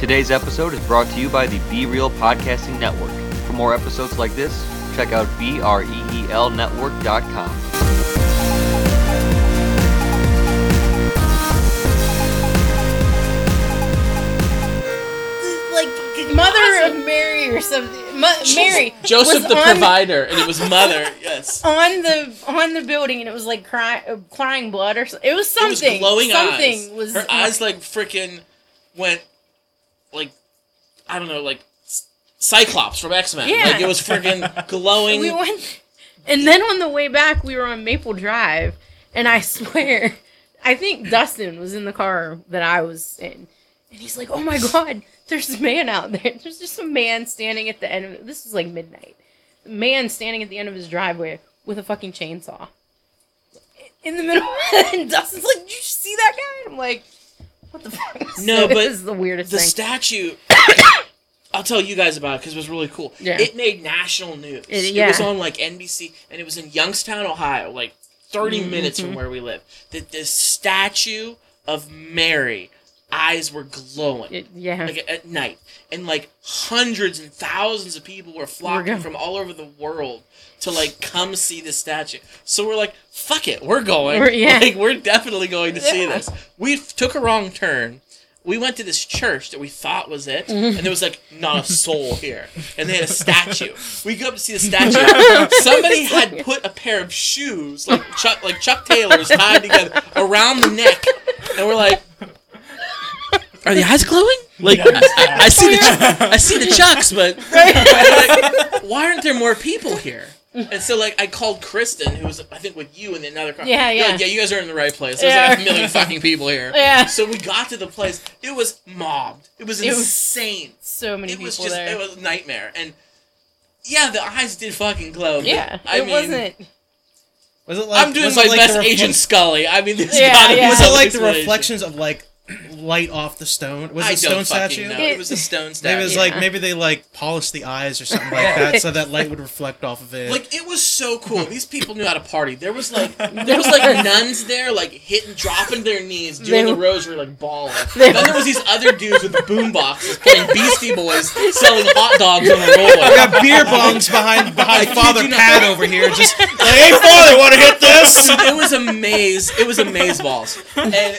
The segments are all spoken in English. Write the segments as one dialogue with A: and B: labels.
A: Today's episode is brought to you by the Be Real Podcasting Network. For more episodes like this, check out E BREELnetwork.com.
B: like mother of Mary or something. Mo- Mary
C: Joseph
B: was
C: the
B: on,
C: provider, and it was mother. Yes.
B: on the on the building, and it was like crying, uh, crying blood or something. It was
C: It was
B: something.
C: glowing
B: something
C: eyes.
B: was
C: Her eyes like freaking went like I don't know, like c- Cyclops from X Men.
B: Yeah.
C: Like it was freaking glowing.
B: We went, and then on the way back, we were on Maple Drive, and I swear, I think Dustin was in the car that I was in, and he's like, "Oh my god, there's a man out there. There's just a man standing at the end of this was like midnight. Man standing at the end of his driveway with a fucking chainsaw." In the middle, and Dustin's like, "Did you see that guy?" And I'm like, "What the fuck?"
C: No, but
B: this is the weirdest
C: the
B: thing.
C: statue. I'll tell you guys about it because it was really cool.
B: Yeah.
C: It made national news.
B: It-
C: It,
B: yeah.
C: was on like NBC, and it was in Youngstown, Ohio, like 30 minutes from where we live. That this statue of Mary, eyes were glowing.
B: It- yeah,
C: like at- at night, and like hundreds and thousands of people were flocking
B: going.
C: from all over the world to like come see this statue. So we're like, fuck it, we're going.
B: We're- yeah.
C: Like we're definitely going to see
B: Yeah.
C: this. We f- took a wrong turn. We went to this church that we thought was it,
B: Mm-hmm.
C: and there was like not a soul here, and they had a statue. We go up to see the statue. Somebody had put a pair of shoes, like Chuck, like Chuck Taylor's, tied together around the neck, and we're like, "Are the eyes glowing?" Like I, I- I see the ch- I see the chucks, but like, why aren't there more people here? And so like I called Kristen, who was I think with you in another car.
B: Yeah,
C: You're
B: yeah.
C: like, yeah, you guys are in the right place. There's like a
B: Yeah.
C: million fucking people here.
B: Yeah.
C: So we got to the place. It was mobbed. It was
B: It was-
C: insane.
B: so many
C: It
B: people
C: was just
B: there.
C: it was a nightmare. And yeah, the eyes did fucking glow. but
B: yeah,
C: I
B: it
C: mean,
B: wasn't.
D: Was it like
C: I'm doing
D: was
C: my
D: it like
C: best
D: the refle-
C: Agent Scully. I mean, there's
B: Yeah,
C: gotta
B: yeah.
C: be
B: Was
D: Was
B: it
D: it
C: some
D: like the
C: explanation.
D: reflections of like light off the stone? Was
C: I
D: it a
C: don't
D: stone
C: fucking
D: statue?
C: know.
D: Maybe
C: It was a stone statue.
D: It was
B: Yeah.
D: like maybe they like polished the eyes or something like that, so that light would reflect off of it.
C: Like it was so cool. These people knew how to party. There was like there was like nuns there, like hitting, dropping their knees, doing
B: They-
C: the rosary, like balling. then there was these other dudes with boom boxes playing Beastie Boys, selling hot dogs on the
D: we
C: roadway.
D: got beer bongs behind behind
C: kid
D: Father
C: you not.
D: Pat over here, just like, hey Father, want to hit this?
C: It was a maze. It was a maze balls, and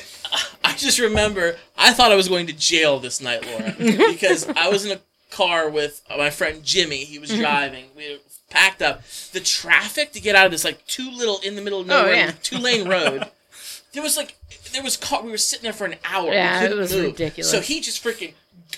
C: I just remember I thought I was going to jail this night, Laura, because I was in a car with my friend Jimmy. He
B: Mm-hmm.
C: was driving. We were packed up. The traffic to get out of this like two little in the middle of
B: Oh,
C: nowhere
B: yeah.
C: two lane road. There was like there was car. We were sitting there for an hour. We
B: Yeah, it
C: couldn't
B: was
C: move.
B: ridiculous.
C: So he just freaking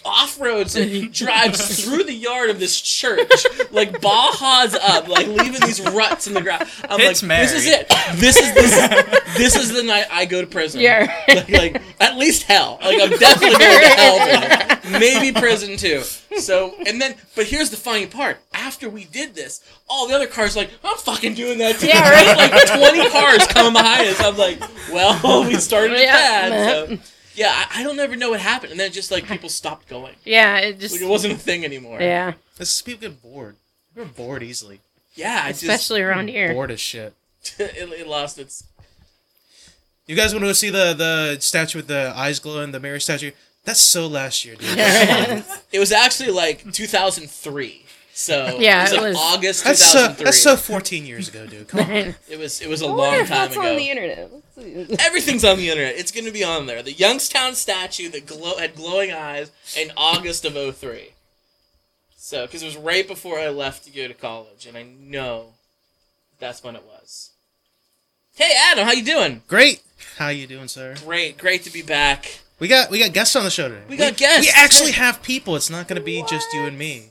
C: off roads and drives through the yard of this church, like bajas up, like leaving these ruts in the ground. I'm
E: It's
C: like, this is
E: Mary.
C: it. This is this. this is the night I go to prison.
B: Yeah.
C: Like, like at least hell. Like I'm definitely going to hell. for that. Maybe prison too. So and then, but here's the funny part. After we did this, all the other cars like I'm fucking doing that too.
B: Yeah, right.
C: like 20 cars coming behind us. I'm like, well, we started it
B: Yeah.
C: bad. So. Yeah, I, I don't ever know what happened, and then just like people stopped going.
B: Yeah, it just
C: Like, it wasn't a thing anymore.
B: yeah,
D: This is people get bored. We're bored easily.
C: Yeah, I just
B: especially around here.
D: Bored as shit.
C: it, it lost its.
D: You guys want to go see the the statue with the eyes glowing, the Mary statue? That's so last year, dude.
C: It was actually like 2003. So
B: Yeah,
C: it was
B: it
C: like
B: was-
C: August
D: That's so
C: 2003.
D: that's so 14 years ago, dude. Come on.
B: I
C: It was it was a
B: wonder
C: long
B: if
C: time
B: that's on
C: ago.
B: the internet. Let's see.
C: Everything's on the internet. It's gonna be on there. The Youngstown statue that glow had glowing eyes in August of 03. So, because it was right before I left to go to college, and I know that's when it was. Hey Adam, how you doing?
D: Great. How you doing, sir?
C: Great, great to be back.
D: We got we got guests on the show today.
C: We got guests.
D: We actually
C: Hey.
D: have people. It's not going to be just you and me.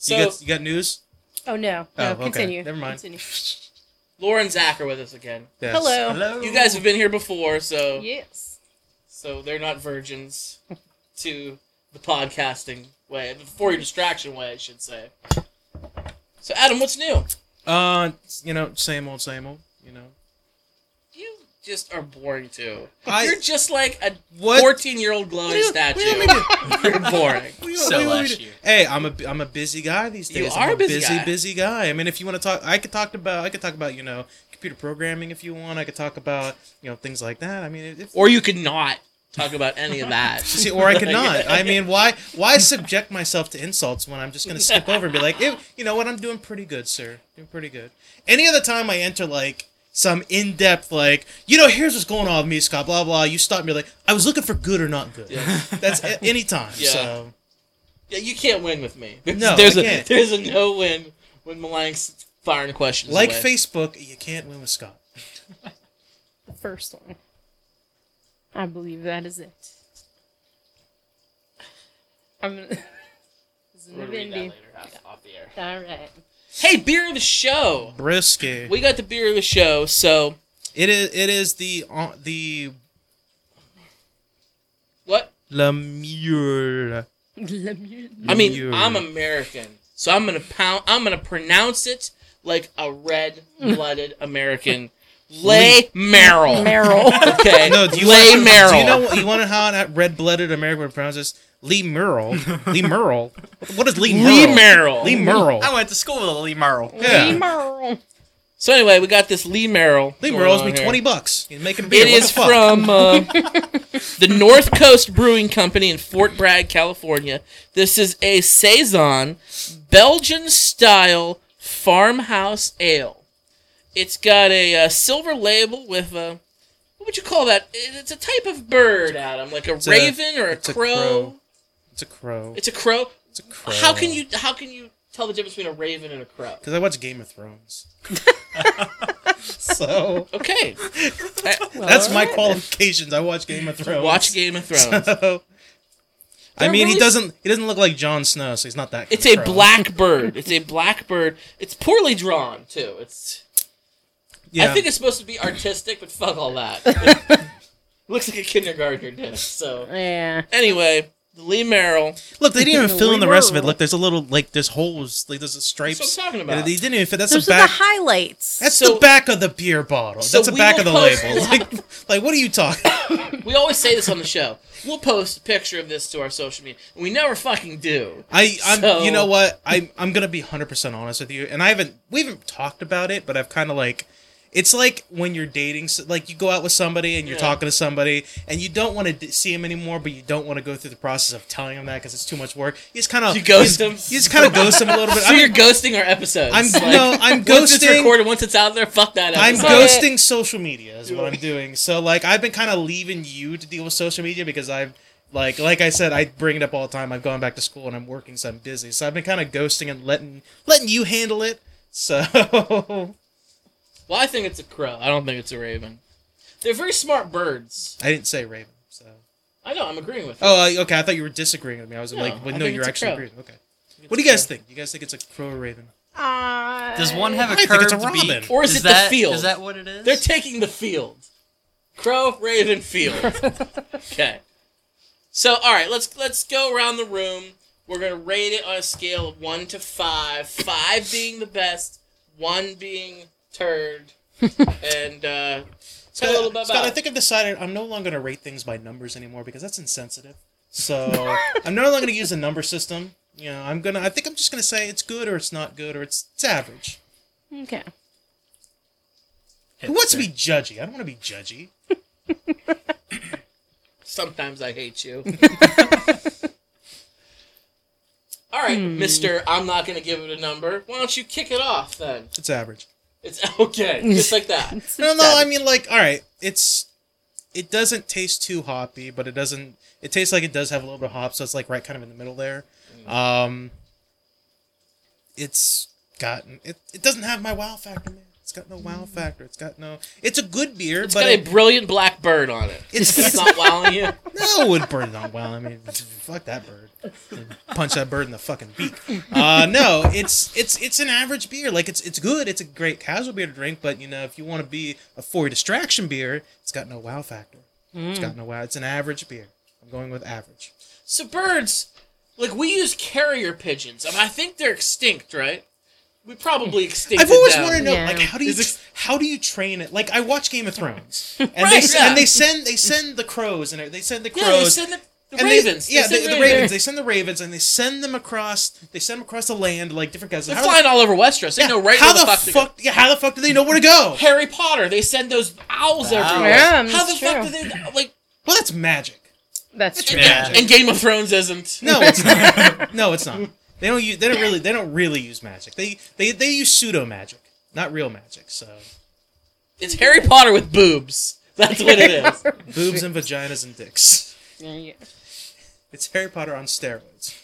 C: So
D: you got you got news?
B: Oh no! No,
D: Oh, okay.
B: continue.
D: Never mind.
B: Continue.
C: Laura and Zach are with us again.
D: Yes.
B: Hello.
E: Hello.
C: You guys have been here before, so
B: Yes.
C: so they're not virgins to the podcasting way, for your distraction way, I should say. So, Adam, what's new?
D: Uh, you know, same old, same old. You know.
C: You just are boring too.
D: I-
C: You're just like a
D: What?
C: fourteen-year-old glowing statue. You're boring.
E: So last year.
D: Hey, I'm a bu- I'm a busy guy these
C: You
D: days.
C: are
D: I'm
C: a busy
D: busy
C: guy.
D: busy guy. I mean, if you want to talk, I could talk about I could talk about you know computer programming if you want. I could talk about you know things like that. I mean, it, it's
C: Or you could not. talk about any of that.
D: See, or I could not. I mean, why why subject myself to insults when I'm just going to skip over and be like, "Eh, you know what, I'm doing pretty good, sir. Doing pretty good. Any other time I enter like some in depth like, you know, here's what's going on with me, Scott, blah blah. You stop me like, I was looking for good or not good.
C: Yeah.
D: That's a- any time.
C: Yeah.
D: So
C: Yeah, you can't win with me. There's,
D: No,
C: there's
D: I
C: a
D: can't.
C: there's a no win when Malank's firing questions.
D: like
C: away.
D: Facebook, you can't win with Scott.
B: The first one. I believe that is it. I'm gonna. this is an
C: We're gonna read that
B: Vivendi.
C: later off- off the air.
B: All right.
C: Hey, beer of the show.
D: Brisky.
C: We got the beer of the show, so
D: It is it is the uh, the
C: what?
D: Lemure.
B: Let me-
C: I mean,
D: Beer.
C: I'm American, so I'm gonna pound. I'm gonna pronounce it like a red-blooded American. Lay Merrill.
B: Merrill.
C: Okay.
D: No, do you
C: Lay
D: wanna,
C: Merrill.
D: Do you know you want to know how that red-blooded American would pronounce this? Lee Merle. Lee Merle. What is Lee Merle?
C: Lee Merrill.
D: Lee Merle.
E: I went to school with a Lee Merle.
D: Yeah.
B: Lee Merle.
C: So anyway, we got this Lee Merrill.
D: Lee
C: going
D: Merle's
C: on
D: me
C: here.
D: twenty bucks. You make it a beer.
C: It
D: what
C: is
D: the fuck?
C: from uh, the North Coast Brewing Company in Fort Bragg, California. This is a saison, Belgian style farmhouse ale. It's got a uh, silver label with a what would you call that? It- It's a type of bird, Adam, like a
D: a-
C: raven or a
D: it's
C: crow.
D: a crow. It's a crow.
C: It's a crow.
D: It's a crow.
C: How can you how can you tell the difference between a raven and a crow?
D: Because I watch Game of Thrones. so
C: Okay,
D: that's my qualifications. I watch Game of Thrones.
C: watch Game of Thrones.
D: So, I
C: They're
D: mean, he
C: really-
D: doesn't. He doesn't look like Jon Snow, so he's not that. kind
C: It's
D: of
C: a
D: crow.
C: black bird. It's a black bird. It's poorly drawn too. It's
D: Yeah.
C: I think it's supposed to be artistic, but fuck all that. Looks like a kindergartner did. it, So
B: Yeah.
C: anyway, the Lee Merrill.
D: Look, they didn't even
B: Lee
D: fill in the rest of it.
B: Merle.
D: Look, there's a little like there's holes, like there's stripes.
C: That's what I'm talking
D: And
C: about.
D: They didn't even fit. That's
B: Those
D: the
B: are the
D: back.
B: highlights.
D: That's
C: So-
D: the back of the beer bottle.
C: So
D: that's the
C: we
D: back of the
C: will post
D: label.
C: that.
D: Like, like, what are you talking?
C: We always say this on the show. We'll post a picture of this to our social media. and We never fucking do.
D: I, I'm,
C: So-
D: you know what? I'm, I'm gonna be 100 percent honest with you, and I haven't, we haven't talked about it, but I've kind of like, it's like when you're dating, s- like you go out with somebody and you're
C: Yeah.
D: talking to somebody, and you don't want to d- see him anymore, but you don't want to go through the process of telling him that because it's too much work. You just kind of
C: You ghost him?
D: You just kind of ghost him a little bit.
C: So
D: I'm-
C: you're ghosting our episodes.
D: I'm- no, I'm
C: Once it's
D: ghosting-
C: recorded, once it's out there, fuck that
D: I'm
C: episode.
B: Sorry.
D: ghosting social media is what I'm doing. So like I've been kind of leaving you to deal with social media because I've like like I said I bring it up all the time. I've gone back to school and I'm working, so I'm busy. So I've been kind of ghosting and letting letting you handle it. So
C: Well, I think it's a crow. I don't think it's a raven. They're very smart birds.
D: I didn't say Raven. So
C: I know. I'm agreeing with you.
D: oh uh, okay, I thought you were disagreeing with me. I was
C: No,
D: like, well,
C: I
D: no,
C: think
D: you're
C: it's a
D: actually
C: crow.
D: agreeing. Okay. What do you guys think? You guys think it's a crow or raven?
B: Uh,
E: Does one have a
D: I think
E: curved
D: it's a robin.
E: beak?
C: Or is it the
E: that,
C: field?
E: Is that what it is?
C: They're taking the field. Crow, Raven, Field. okay. So all right, let's let's go around the room. We're gonna rate it on a scale of one to five. Five being the best, one being turd, and uh, tell a little bit
D: Scott,
C: about.
D: I think I've decided I'm no longer gonna rate things by numbers anymore because that's insensitive. So I'm no longer gonna use a number system. You know, I'm gonna. I think I'm just gonna say it's good or it's not good or it's it's average.
B: Okay.
D: Who wants to be judgy? I don't want to be judgy.
C: Sometimes I hate you. all right, Mister. I'm not gonna give it a number. Why don't you kick it off then?
D: It's average.
C: It's okay, just like that.
D: No, no. I mean, like, all right. It's it doesn't taste too hoppy, but it doesn't. It tastes like it does have a little bit of hop, so it's like right kind of in the middle there.
C: Mm.
D: Um, it's gotten it. It doesn't have my wow factor, man. It's got no wow factor. It's got no. It's a good beer,
C: Mm. It's
D: but
C: got
D: it-
C: a brilliant black bird on it.
D: It's-
C: It's not wowing you.
D: No, it would burn it on well. I mean, fuck that bird. Punch that bird in the fucking beak. Uh, no, it's it's it's an average beer. Like it's it's good. It's a great casual beer to drink, but you know, if you want to be a for your distraction beer, it's got no wow factor. It's got no wow. It's an average beer. I'm going with average.
C: So birds, like we use carrier pigeons, and I think they're extinct, right? We probably extincted
D: I've always
C: them.
D: wanted to know,
B: Yeah.
D: like, how do you
C: Is it-
D: how do you train it? Like, I watch Game of Thrones, and they
C: Right,
D: s
C: yeah.
D: and they send they send the crows and they send the crows.
C: Yeah, they send the, the
D: And
C: ravens.
D: They, yeah,
C: they send
D: the, the ravens. They send the ravens, and they send them across. They send them across the land, like different guys.
C: They're
D: How-
C: flying all over Westeros. They
D: yeah,
C: know right
D: how
C: where the, fuck. to go.
D: Yeah, how the fuck do they know where to go?
C: Harry Potter. They send those owls everywhere.
B: Yeah,
C: how the
B: that's
C: fuck do
B: true.
C: they like?
D: Well, that's magic.
B: That's true.
C: And- And,
D: Magic.
C: Game of Thrones isn't.
D: No, it's not. no, it's not. They don't use. They don't really. They don't really use magic. They they they use pseudo magic, not real magic. So
C: It's Harry Potter with boobs. That's what it is.
D: boobs and vaginas and dicks.
B: Yeah, yeah.
D: It's Harry Potter on steroids.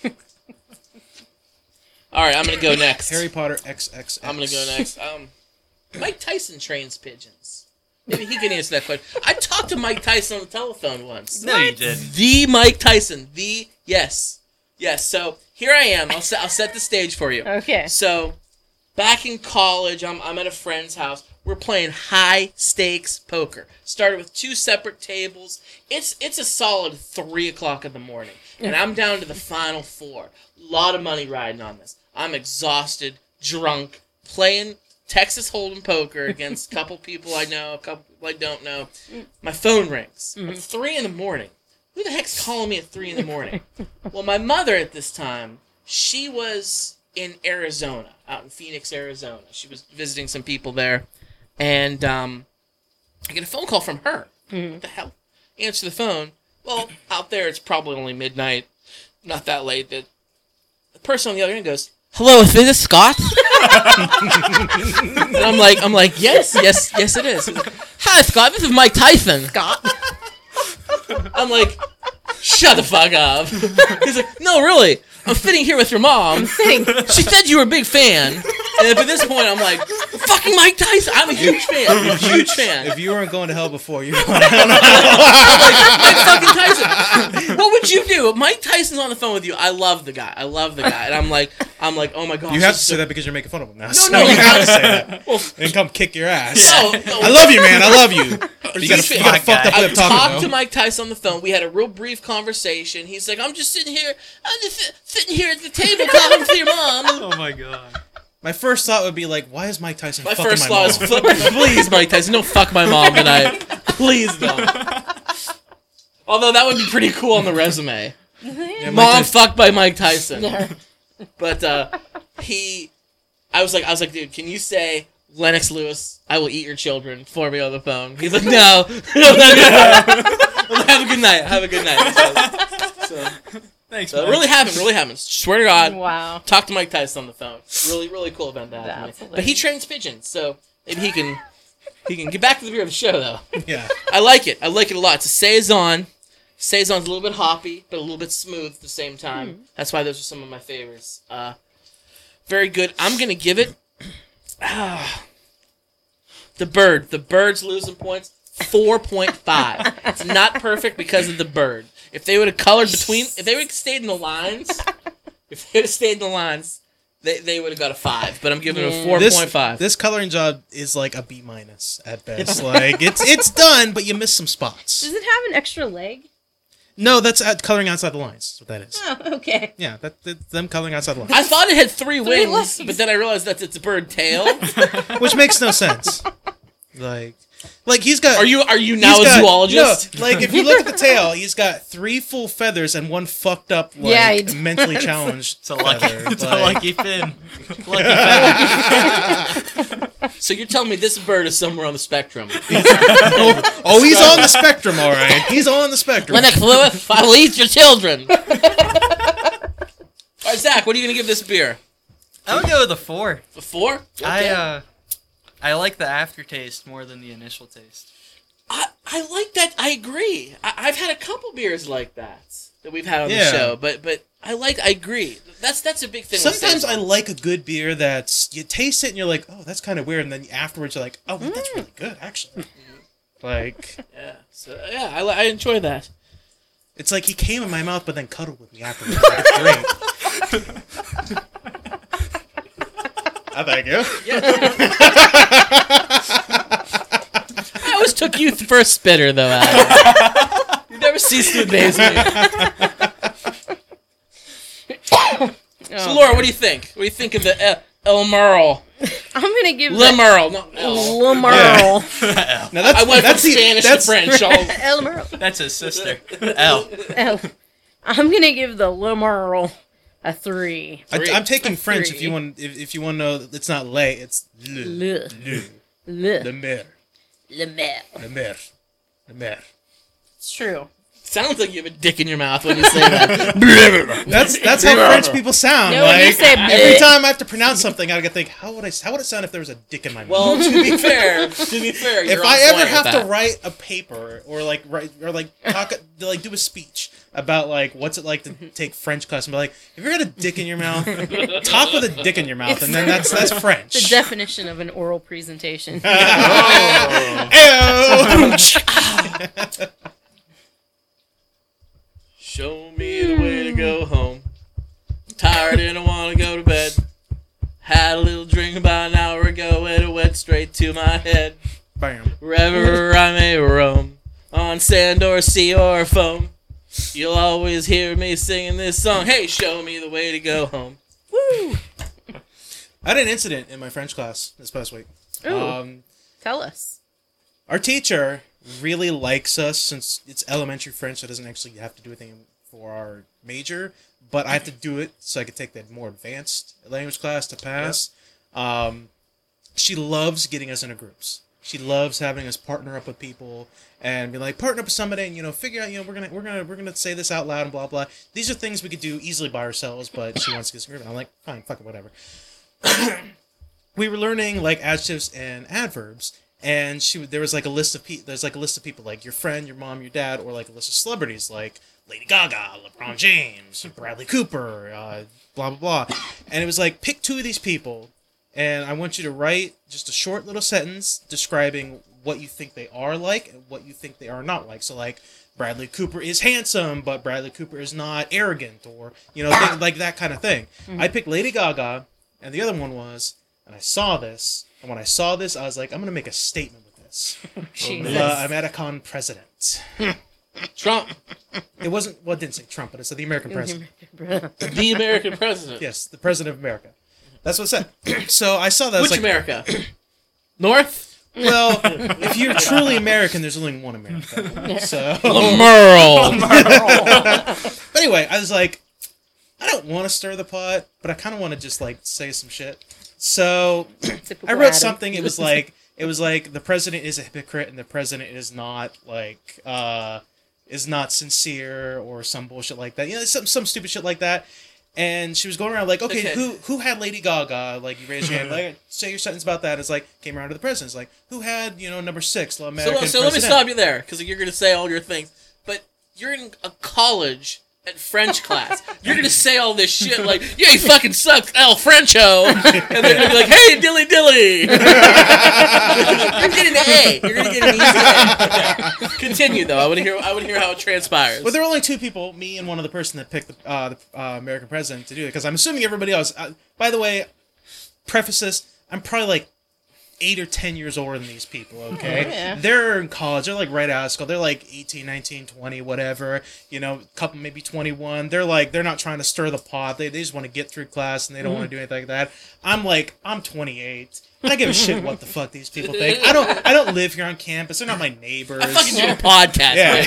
C: All right, I'm gonna go next.
D: Harry Potter XXX.
C: I'm gonna go next. Um, Mike Tyson trains pigeons. Maybe he can answer that question. I talked to Mike Tyson on the telephone once.
E: No, you didn't.
C: The Mike Tyson. The yes, yes. So here I am. I'll set. I'll set the stage for you.
B: Okay.
C: So, back in college, I'm, I'm at a friend's house. We're playing high stakes poker. Started with two separate tables. It's it's a solid three o'clock in the morning, and I'm down to the final four. Lot of money riding on this. I'm exhausted, drunk, playing Texas Hold'em poker against a couple people I know, a couple people I don't know. My phone rings. It's three in the morning. Who the heck's calling me at three in the morning? well, my mother at this time, she was in Arizona, out in Phoenix, Arizona. She was visiting some people there, and um, I get a phone call from her. What the hell? Answer the phone. Well, out there it's probably only midnight, not that late. The, the person on the other end goes, "Hello, is this Scott?" and I'm like, I'm like, yes, yes, yes, it is. Hi, Scott. This is Mike Tyson. Scott. I'm like, shut the fuck up. He's like, no, really. I'm sitting here with your mom. She said you were a big fan. And at this point, I'm like, fucking Mike Tyson. I'm a huge fan. I'm a huge fan.
D: If you weren't going to hell before, you're going to hell now.
C: Mike fucking Tyson. What would you do? If Mike Tyson's on the phone with you. I love the guy. I love the guy. And I'm like, I'm like, oh my gosh.
D: You have to
C: this
D: say
C: is
D: that because you're making fun of him now. No,
C: no,
D: you
C: no.
D: have to say that.
C: Well-
D: and come kick your ass.
C: so- Oh, no.
D: I love you, man. I love you. But you got
C: He's
D: you got
E: fine
D: a fucked up
E: guy.
D: way
C: I
D: of talking
C: talked
D: though.
C: to Mike Tyson on the phone. We had a real brief conversation. He's like, I'm just sitting here. I'm just sit- sitting here at the table talking to your mom.
E: Oh my god.
D: My first thought would be like, why is Mike Tyson
C: My
D: fucking
C: first
D: my
C: thought is,
D: mom?
C: flip, please, Mike Tyson, don't fuck my mom tonight. Please don't. Although that would be pretty cool on the resume.
D: Yeah, Mike
C: Mom
D: Tyson-
C: fucked by Mike Tyson. but uh, he, I was like, I was like, dude, can you say Lennox Lewis? I will eat your children for me on the phone. He's like, no. have a good night. Have a good night. So, so,
E: Thanks.
C: so it
E: man.
C: really happened. Really happened. Swear to God.
B: Wow.
C: Talk to Mike Tyson on the phone. Really, really cool event that happened.
B: That's
C: But he
B: hilarious.
C: trains pigeons, so maybe he can he can get back to the beer of the show though.
D: Yeah.
C: I like it. I like it a lot. It's a saison. Saison's a little bit hoppy, but a little bit smooth at the same time. That's why those are some of my favorites. Uh, very good. I'm gonna give it. ah, the bird. The bird's losing points. Four point five. it's not perfect because of the bird. If they would have colored between, if they would have stayed in the lines, if they would have stayed in the lines, they, they would have got a five. But I'm giving it a
B: Yeah.
C: four point five.
D: This coloring job is like a B minus at best. like it's it's done, but you miss some spots.
B: Does it have an extra leg?
D: No, that's at coloring outside the lines. That's what that is.
B: Oh, okay.
D: Yeah, that, that them coloring outside the lines,
C: I thought it had three wings,
B: legs.
C: but then I realized that's its bird tail.
D: which makes no sense. Like, like he's got.
C: Are you are you
D: he's
C: now a
D: got-
C: zoologist?
D: no, like if you look at the tail, he's got three full feathers and one fucked up, like
B: Yeah, he does.
D: mentally challenged.
E: It's a lucky.
D: feather,
E: It's a
D: like-
E: lucky fin. Lucky feather.
C: So you're telling me this bird is somewhere on the spectrum?
D: oh, oh, he's on the spectrum, all right. He's on the spectrum.
C: Lennox Lewis, I will eat your children. All right, Zach, what are you gonna give this beer?
E: I'm gonna go with a four.
C: A four?
E: I
C: Okay.
E: uh, I like the aftertaste more than the initial taste.
C: I, I like that. I agree. I, I've had a couple beers like that that we've had on
D: Yeah.
C: the show, but but I like. I agree. That's that's a big thing. with
D: Sometimes I
C: Saison.
D: like a good beer that's you taste it and you're like, oh, that's kind of weird, and then afterwards you're like, oh, wait, that's really good actually. Like
C: Yeah. So yeah, I, li- I enjoy that.
D: it's like he came in my mouth, but then cuddled with me afterwards. Like, great. I thank you.
C: I always took you for a spitter, though. Adam. you never cease to amaze me. So,
B: Oh.
C: Laura, what do you think? What do you think of the El, El Merle?
B: I'm gonna give
C: Le
B: that-
C: Merle, not El.
B: Le Merle.
D: Now that's
C: I went
D: that's
C: from
D: the-
C: Spanish
D: that's,
C: to French. All,
B: El Merle.
E: That's his sister. L.
B: El. I'm gonna give the Le Merle a three.
D: I,
C: Three.
D: I'm taking French. If
B: Three.
D: you want, if, if you want to know, that it's not lay. It's le,
B: Le
D: le,
B: Le
D: le mer,
B: Le Merle.
D: le mer, le mer.
B: It's true.
C: Sounds like you have a dick in your mouth when you say that.
D: That's that's how French people sound.
B: No, when
D: like
B: you say
D: every
B: bleh.
D: time I have to pronounce something, I gotta think how would I how would it sound if there was a dick in my mouth?
C: well, to be fair, to be fair, you're
D: if
C: on
D: I ever
C: point
D: have
C: with
D: to
C: that.
D: write a paper or like write or like talk to, like do a speech about like what's it like to take French class and be like, if you got a dick in your mouth, talk with a dick in your mouth, and then that's that's
B: The
D: French.
B: definition of an oral presentation.
D: Ayo.
C: Show me the way to go home. Tired and I wanna go to bed. Had a little drink about an hour ago and it went straight to my head.
D: Bam.
C: Wherever I may roam, on sand or sea or foam, you'll always hear me singing this song. Hey, show me the way to go home.
D: I had an incident in my French class this past week.
B: Ooh.
D: Um,
B: Tell us.
D: our teacher really likes us since it's elementary French, so it doesn't actually have to do anything for our major. But I have to do it so I could take that more advanced language class to pass. Um, she loves getting us into groups. She loves having us partner up with people and be like partner up with somebody and you know figure out you know we're gonna we're gonna we're gonna say this out loud and blah blah. These are things we could do easily by ourselves, but she wants to get us in a group. And I'm like fine, fuck it, whatever we were learning like adjectives and adverbs and she there was like a list of people there's like a list of people like your friend your mom your dad or like a list of celebrities like lady gaga lebron james bradley cooper uh, blah blah blah and it was like pick two of these people and i want you to write just a short little sentence describing what you think they are like and what you think they are not like so like bradley cooper is handsome but bradley cooper is not arrogant or you know thing, like that kind of thing i picked lady gaga and the other one was and I saw this, and when I saw this, I was like, I'm gonna make a statement with this.
B: Jesus.
D: Uh, I'm at a con president.
C: Trump,
D: It wasn't well, it didn't say Trump, but it said the American president.
C: the American president.
D: Yes, the president of America. That's what it said. so I saw that. I was
C: Which
D: like,
C: America? North?
D: well, if you're truly American, there's only one America. So,
C: Merle.
D: but anyway, I was like, I don't want to stir the pot, but I kind of want to just like say some shit. So
B: Typical
D: I wrote
B: Adam.
D: something. It was like it was like the president is a hypocrite and the president is not like uh is not sincere or some bullshit like that. You know, some some stupid shit like that. And she was going around like, okay,
C: Okay.
D: who who had Lady Gaga? Like you raise your hand, like say your sentence about that. It's like came around to the president. It's like who had you know number six? So,
C: So, so let me stop you there, because you're going to say all your things. But you're in a college at French class. You're going to say all this shit like, yeah, you fucking suck, El Frencho. And they're going to be like, hey, dilly dilly. you're getting an A. You're going to get an easy A. Okay. Continue, though. I want to hear, I want to hear how it transpires.
D: Well, there were only two people, me and one other person, that picked the, uh, the uh, American president to do it. Because I'm assuming everybody else. Uh, by the way, preface this: I'm probably like eight or ten years older than these people. Okay,
B: yeah.
D: they're in college. They're like right out of school. They're like 18, 19, 20, whatever. You know, couple maybe 21. They're like they're not trying to stir the pot. They, they just want to get through class and they don't want to do anything like that. I'm like I'm 28. I don't give a shit what the fuck these people think. I don't. I don't live here on campus. They're not my neighbors.
C: I fucking do a podcast.
D: Yeah,
C: Rick.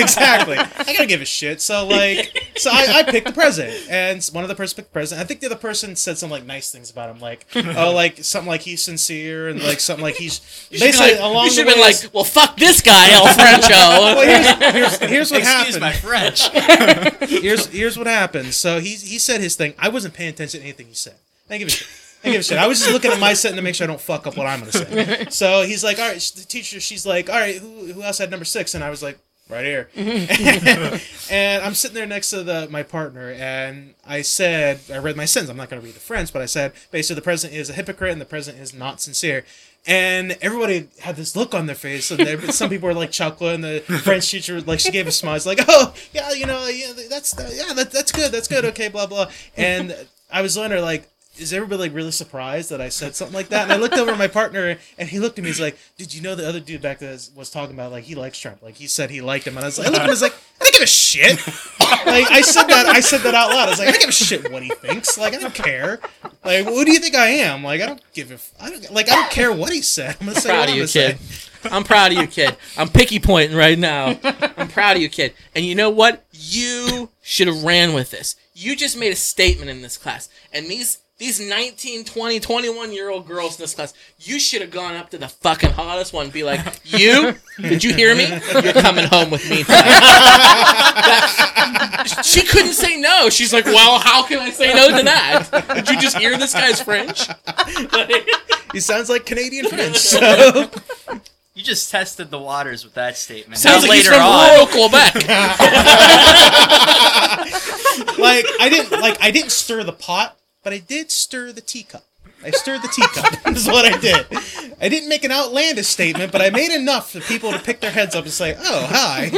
D: exactly. I gotta give a shit. So like, so I, I picked the president, and one of the person picked the president. I think the other person said some like nice things about him, like oh, like something like he's sincere, and like something like he's
C: You should
D: basically
C: be like,
D: along
C: you
D: the
C: should
D: way.
C: have been like, well, fuck this guy, El
D: well,
C: Frencho.
D: here's, here's, here's what
E: Excuse
D: happened.
E: my French.
D: Here's here's what happened. So he he said his thing. I wasn't paying attention to anything he said. I give a shit. I give a shit. I was just looking at my setting to make sure I don't fuck up what I'm gonna say. So he's like, all right, the teacher. She's like, all right, who who else had number six? And I was like, right here. and I'm sitting there next to the my partner, and I said, I read my sentence. I'm not gonna read the French, but I said basically the president is a hypocrite and the president is not sincere. And everybody had this look on their face, and there, some people were like chuckling. The French teacher, like, she gave a smile. It's like, oh, yeah, you know, yeah, that's yeah, that, that's good, that's good, okay, blah blah. And I was wondering, like, is everybody like really surprised that I said something like that? And I looked over at my partner, and he looked at me. He's like, "Did you know the other dude back there was talking about like he likes Trump? Like he said he liked him." And I was like, "I looked at him, I was like, I don't give a shit." Like I said that, I said that out loud. I was like, "I don't give a shit what he thinks. Like I don't care. Like who do you think I am? Like I don't give a f- I don't like I don't care what he said. I'm gonna say
C: proud
D: what
C: of
D: I'm
C: you,
D: gonna
C: kid.
D: say.
C: I'm proud of you, kid. I'm picky pointing right now. I'm proud of you, kid. And you know what? You should have ran with this. You just made a statement in this class, and these These 19, 20, 21 year old girls in this class, you should have gone up to the fucking hottest one and be like, You? Did you hear me? You're coming home with me. tonight." That- she couldn't say no. She's like, Well, how can I say no to that? Did you just hear this guy's French? Like-
D: He sounds like Canadian French. So
E: You just tested the waters with that statement.
C: Sounds
E: Now
C: like he's
E: later
C: from
E: on,
C: rural Quebec.
D: like I didn't like I didn't stir the pot, but I did stir the teacup. I stirred the teacup. is what I did. I didn't make an outlandish statement, but I made enough for people to pick their heads up and say, "Oh, hi."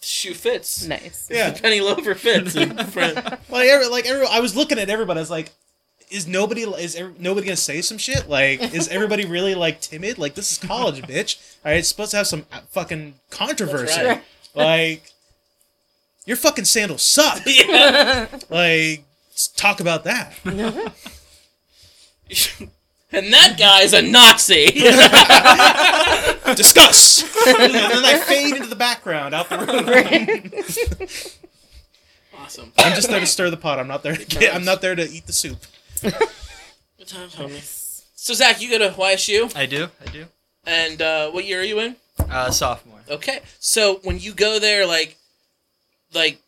C: Shoe fits.
B: Nice.
D: Yeah.
C: Penny loaver fits. in front.
D: Like every, like every, I was looking at everybody. I was like, "Is nobody is ev- nobody gonna say some shit? Like, is everybody really like timid? Like, this is college, bitch. All right, it's supposed to have some uh, fucking controversy.
C: That's
D: Like, your fucking sandals suck.
C: Yeah.
D: Like, let's talk about that.
C: and that guy's a Nazi.
D: Discuss. and then I fade into the background out the room.
C: awesome.
D: I'm just there to stir the pot. I'm not there to get, I'm not there to eat the soup.
C: Good times, homie. So Zach, you go to YSU,
E: I do, I do.
C: and uh, what year are you in?
E: Uh, sophomore.
C: Okay, so when you go there, like, like,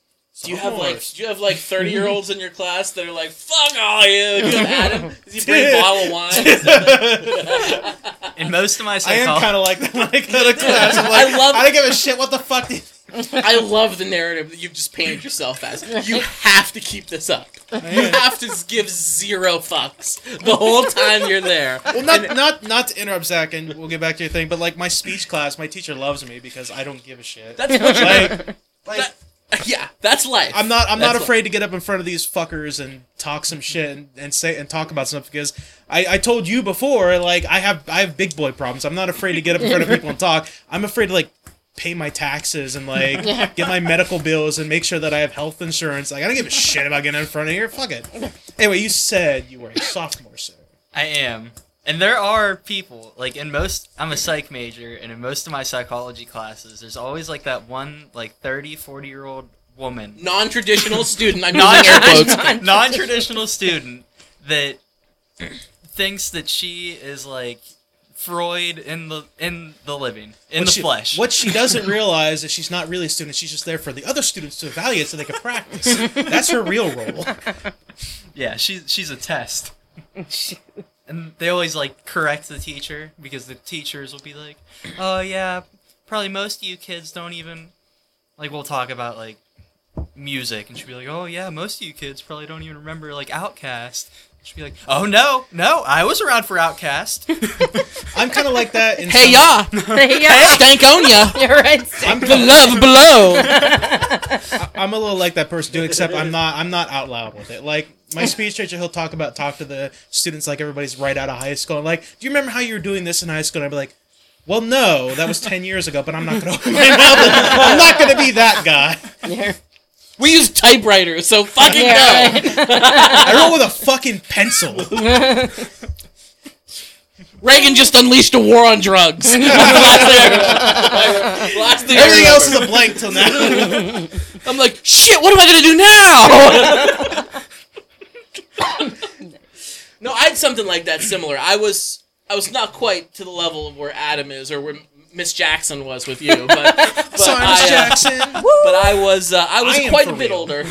C: do you have like, do you have like thirty year olds in your class that are like, "Fuck all you, you had him." Does he bring a bottle of wine?
E: And most of my
D: I am
E: psychology,
D: kind of like that when I go to class. I'm
C: I
D: like,
C: love-
D: I don't give a shit what the fuck. the-
C: I love the narrative that you've just painted yourself as. You have to keep this up. You have to give zero fucks the whole time you're there.
D: Well, not not not to interrupt Zach, and we'll get back to your thing. But like my speech class, my teacher loves me because I don't give a shit.
C: That's what you're
D: like, like
C: That- yeah, that's life.
D: I'm not I'm not
C: That's
D: afraid to get up in front of these fuckers and talk some shit and, and say and talk about stuff because I, I told you before like I have I have big boy problems. I'm not afraid to get up in front of people and talk. I'm afraid to like pay my taxes and like get my medical bills and make sure that I have health insurance. Like I don't give a shit about getting in front of here. Fuck it. Anyway, you said you were a sophomore, sir.
E: I am. And there are people like in most. I'm a psych major, and in most of my psychology classes, there's always like that one like 30, 40 year old woman,
C: non-traditional student. I'm
E: non
C: not air quotes.
E: non traditional student that thinks that she is like Freud in the in the living in
D: What
E: the
D: she-
E: flesh.
D: What she doesn't realize is she's not really a student. She's just there for the other students to evaluate so they can practice. That's her real role.
E: Yeah, she she's a test. And they always like correct the teacher because the teachers will be like, "Oh yeah, probably most of you kids don't even like we'll talk about like music." And she'll be like, "Oh yeah, most of you kids probably don't even remember like Outcast." She'll be like, "Oh no, no, I was around for Outcast."
D: I'm kind of like that. In
C: Hey ya,
D: some-
B: yeah.
C: Stankonia,
B: You're right.
D: I'm
C: the love below.
D: I'm a little like that person too, except I'm not. I'm not out loud with it. Like my speech teacher, he'll talk about talk to the students like everybody's right out of high school. And like, do you remember how you were doing this in high school? And I'd be like, Well, no, that was ten years ago. But I'm not gonna open my mouth. I'm not gonna be that guy.
B: Yeah.
C: We use typewriters, so fucking
B: Yeah,
C: go.
D: I wrote with a fucking pencil.
C: Reagan just unleashed a war on drugs. Last thing I
D: Everything
C: remember.
D: else is a blank till now.
C: I'm like, shit, what am I gonna do now? no, I had something like that similar. I was I was not quite to the level of where Adam is or where Miss Jackson was with you, but, but
D: Sorry,
C: I,
D: Miss
C: uh,
D: Jackson.
C: but I was uh, I was
D: I am
C: quite
D: for
C: a bit
D: real.
C: older.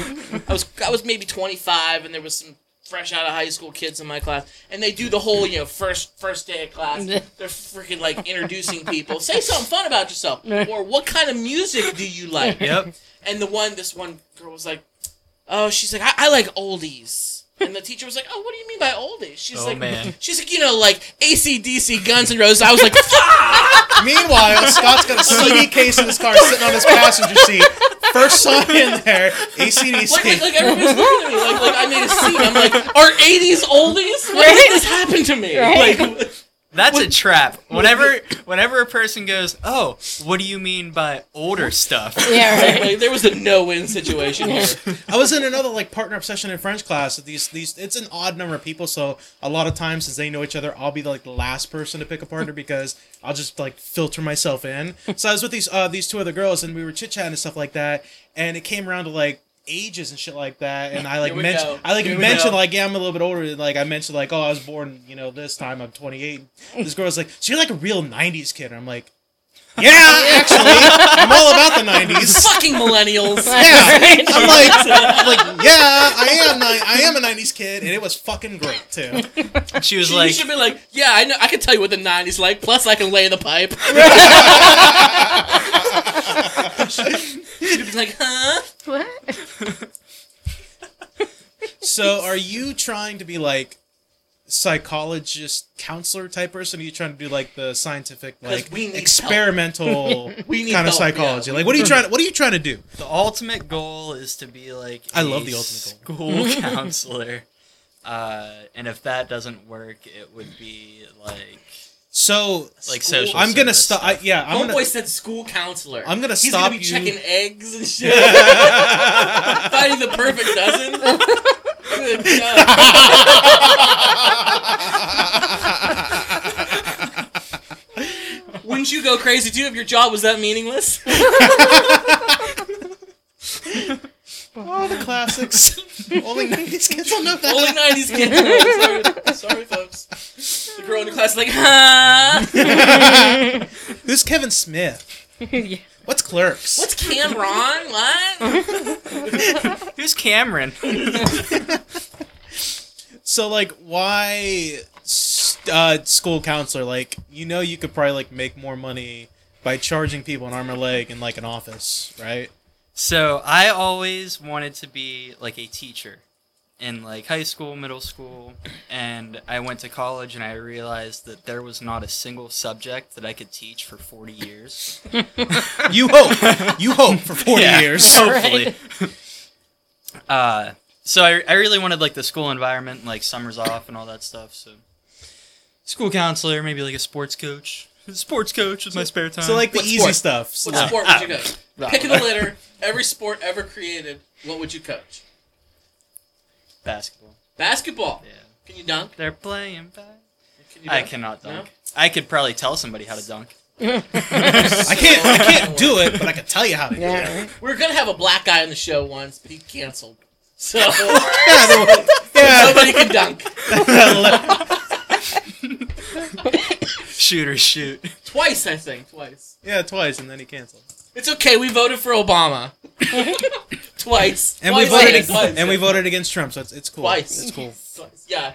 C: I was I was maybe 25, and there was some fresh out of high school kids in my class, and they do the whole you know first first day of class. They're freaking like introducing people. Say something fun about yourself, or what kind of music do you like?
E: yep.
C: And the one, this one girl was like, "Oh, she's like, I, I like oldies." And the teacher was like, "Oh, what do you mean by oldies?" She's
E: Oh,
C: like,
E: man.
C: "She's like, you know, like ACDC, Guns and Roses." I was like, "Fuck!"
D: Meanwhile, Scott's got a CD case in his car, sitting on his passenger seat. First song in there, ACDC.
C: Like, like, like everybody's looking at me. Like, like I made a scene. I'm like, "Are '80s oldies? When did this happen to me?"
B: Right.
C: Like,
E: That's a trap. Whenever whenever a person goes, "Oh, what do you mean by older stuff?"
B: Yeah, right.
C: like, there was a no-win situation here.
D: I was in another like partner obsession in French class. These these it's an odd number of people, so a lot of times since they know each other, I'll be like the last person to pick a partner because I'll just like filter myself in. So I was with these uh these two other girls and we were chit chatting and stuff like that, and it came around to like ages and shit like that. And I like
C: Here we
D: mentioned,
C: go.
D: I like
C: Here we
D: mentioned
C: go.
D: like, yeah, I'm a little bit older. and, Like I mentioned, like, oh, I was born, you know, this time. I'm 28. This girl's like, so you're like a real 90s kid. And I'm like, yeah, actually, I'm all about the 90s.
C: Fucking millennials.
D: Yeah, I'm like, I'm like, yeah, I am, ni- I am a '90s kid, and it was fucking great too.
E: She was
C: You
E: like,
C: should be like, yeah, I know. I can tell you what the '90s like. Plus, I can lay the pipe. She'd be like, huh?
B: What?
D: So, are you trying to be like psychologist, counselor type person? Or are you trying to do like the scientific,
C: 'Cause
D: like
C: we need
D: experimental
C: We need
D: kind of
C: help, yeah.
D: psychology? Like, what are you trying? What are you trying to do?
E: the ultimate goal is to be like
D: I
E: a
D: love the ultimate
E: goal. school counselor. Uh, and if that doesn't work, it would be like
D: So,
E: like
C: School-
E: social.
D: I'm gonna
E: service
D: stop.
E: stuff.
D: Yeah, I'm
C: Homeboy
D: gonna.
C: said school counselor.
D: I'm gonna
C: He's
D: stop
C: gonna be
D: you.
C: checking eggs and shit. Finding the perfect dozen. Good God. Wouldn't you go crazy too if your job was that meaningless?
D: All the classics. Only '90s kids don't know that.
C: Only nineties kids. Sorry, sorry, folks. The girl in the class is like, huh?
D: Who's Kevin Smith?
B: yeah.
D: What's Clerks?
C: What's Cameron? What?
E: Who's Cameron?
D: So like, why s- uh, school counselor? Like, you know, you could probably like make more money by charging people an arm and a leg in like an office, right?
E: So I always wanted to be like a teacher in like high school, middle school, and I went to college and I realized that there was not a single subject that I could teach for 40 years.
D: You hope, you hope for forty
E: Yeah,
D: years.
E: Hopefully. uh, so I, I really wanted like the school environment, like summers off and all that stuff. So school counselor, maybe like a sports coach. Sports coach is my spare time.
D: So like the
C: What
D: easy
C: sport?
D: stuff.
C: What
D: Yeah.
C: sport would you coach? Pick a litter. Every sport ever created. What would you coach?
E: basketball.
C: Basketball.
E: Yeah.
C: Can you dunk?
E: They're playing. ba-
C: Can you
E: I
C: dunk?
E: cannot dunk.
C: No?
E: I could probably tell somebody how to dunk.
D: I can't, I can't do it, but I can tell you how to do it.
B: Yeah.
C: We were gonna have a black guy on the show once, but he canceled. So
D: Yeah, there- yeah.
C: nobody can dunk.
E: Shoot or shoot.
C: Twice, I think. Twice.
D: yeah, twice, and then he canceled.
C: It's okay. We voted for Obama. Twice.
D: And
C: twice
D: we voted,
C: yes, twice.
D: and we voted against Trump, so it's, it's cool.
C: Twice.
D: It's cool.
C: Twice. Yeah.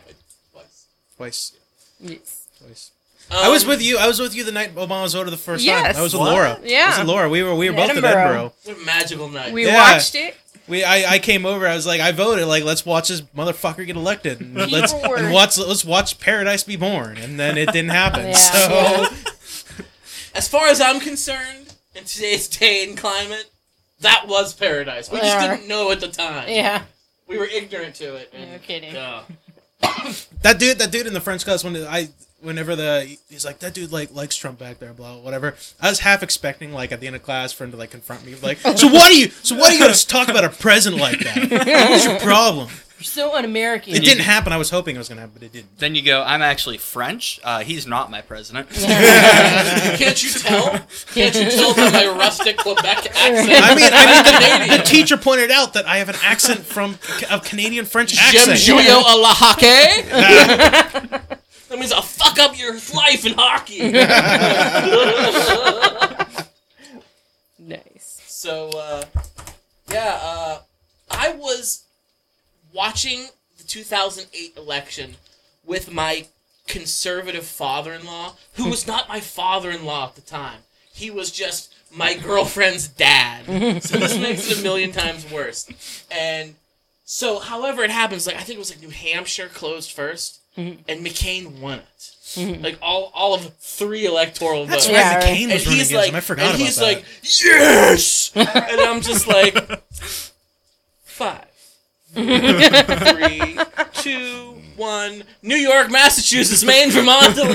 C: Twice.
D: Twice,
B: Yes.
D: twice. I was with
C: you.
D: you. I was with you the night Obama was voted the first
B: Yes.
D: time. I was with
E: What?
D: Laura. I was
B: Yeah.
D: with Laura. We were we
B: In
D: were both in
B: Edinburgh.
D: Edinburgh.
C: What a magical night.
B: We
D: Yeah.
B: watched it.
D: We, I, I came over. I was like, I voted. Like, let's watch this motherfucker get elected. And
B: People
D: let's
B: were-
D: and watch. Let's watch Paradise be born. And then it didn't happen.
B: Yeah.
D: So
C: as far as I'm concerned, in today's day and climate, that was paradise. We just
B: Yeah.
C: didn't know at the time.
B: Yeah.
C: We were ignorant to it. And,
B: No kidding.
C: uh,
D: that dude, that dude in the French class, when I, whenever the he's like, that dude like likes Trump back there, blah whatever. I was half expecting like at the end of class for him to like confront me, like, so what do you, so why do you going to talk about a president like that? What's your problem?
B: You're so un-American.
D: It didn't happen. I was hoping it was gonna happen, but it didn't.
E: Then you go, I'm actually French. Uh, he's not my president.
C: can't you tell? Can't you tell by my rustic Quebec accent?
D: I mean, I mean, the, the
C: Canadian.
D: teacher pointed out that I have an accent from a Canadian French
C: J'aime
D: accent.
C: jouer à la hockey. that means I'll fuck up your life in hockey.
B: Nice.
C: So uh, yeah, uh, I was watching the 2008 election with my conservative father-in-law, who was not my father-in-law at the time. He was just my girlfriend's dad. so this makes it a million times worse. And so, however it happens, like I think it was like New Hampshire closed 1st and McCain won it. Like all all of three electoral
D: That's
C: votes
D: right.
B: Yeah,
D: the
B: right.
D: cane
C: and
D: was running
C: he's
D: against
C: like,
D: him. I forgot
C: and
D: about
C: he's
D: that.
C: like, yes, and I'm just like, five, three, two, one. New York, Massachusetts, Maine, Vermont. I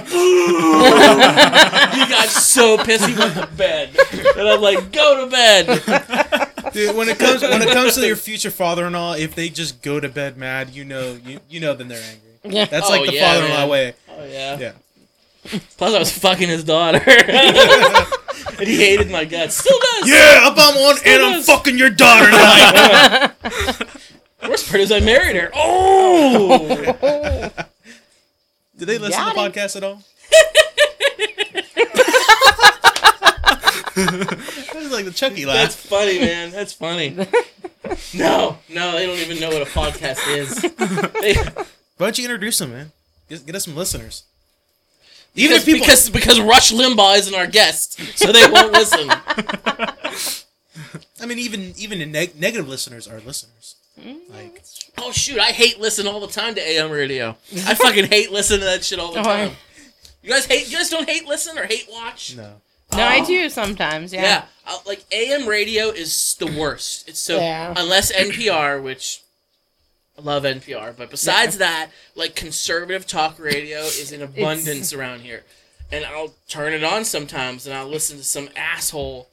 C: was like, he got so pissed he went to bed, and I'm like, go to bed.
D: Dude, when it comes when it comes to your future father-in-law, if they just go to bed mad, you know you you know then they're angry.
B: Yeah.
D: That's
C: Oh,
D: like the
C: yeah,
D: father-in-law
C: man.
D: way.
C: Oh yeah.
D: Yeah.
C: Plus, I was fucking his daughter. and he hated my guts. Still does.
D: Yeah, up I'm on, and I'm
C: does.
D: fucking your daughter tonight.
C: Worst part is I married her. Oh.
D: Did they listen to the
B: Got
D: podcast at all? that was like the Chucky
C: That's
D: laugh.
C: funny, man. That's funny. No, no, they don't even know what a podcast is. They,
D: Why don't you introduce them, man? Get, get us some listeners. Even
C: because,
D: if people,
C: because because Rush Limbaugh isn't our guest, so they won't listen.
D: I mean, even even the neg- negative listeners are listeners. Like,
C: Oh shoot, I hate listen all the time to AM radio. I fucking hate listen to that shit all the
B: Oh,
C: time.
B: I-
C: You guys hate you guys don't hate listen or hate watch?
D: no,
B: No, I
C: Oh.
B: do sometimes. Yeah.
C: Yeah, uh, like AM radio is the worst. It's so
B: Yeah.
C: unless NPR, which I love NPR, but besides that, like conservative talk radio is in abundance around here. And I'll turn it on sometimes, and I'll listen to some asshole,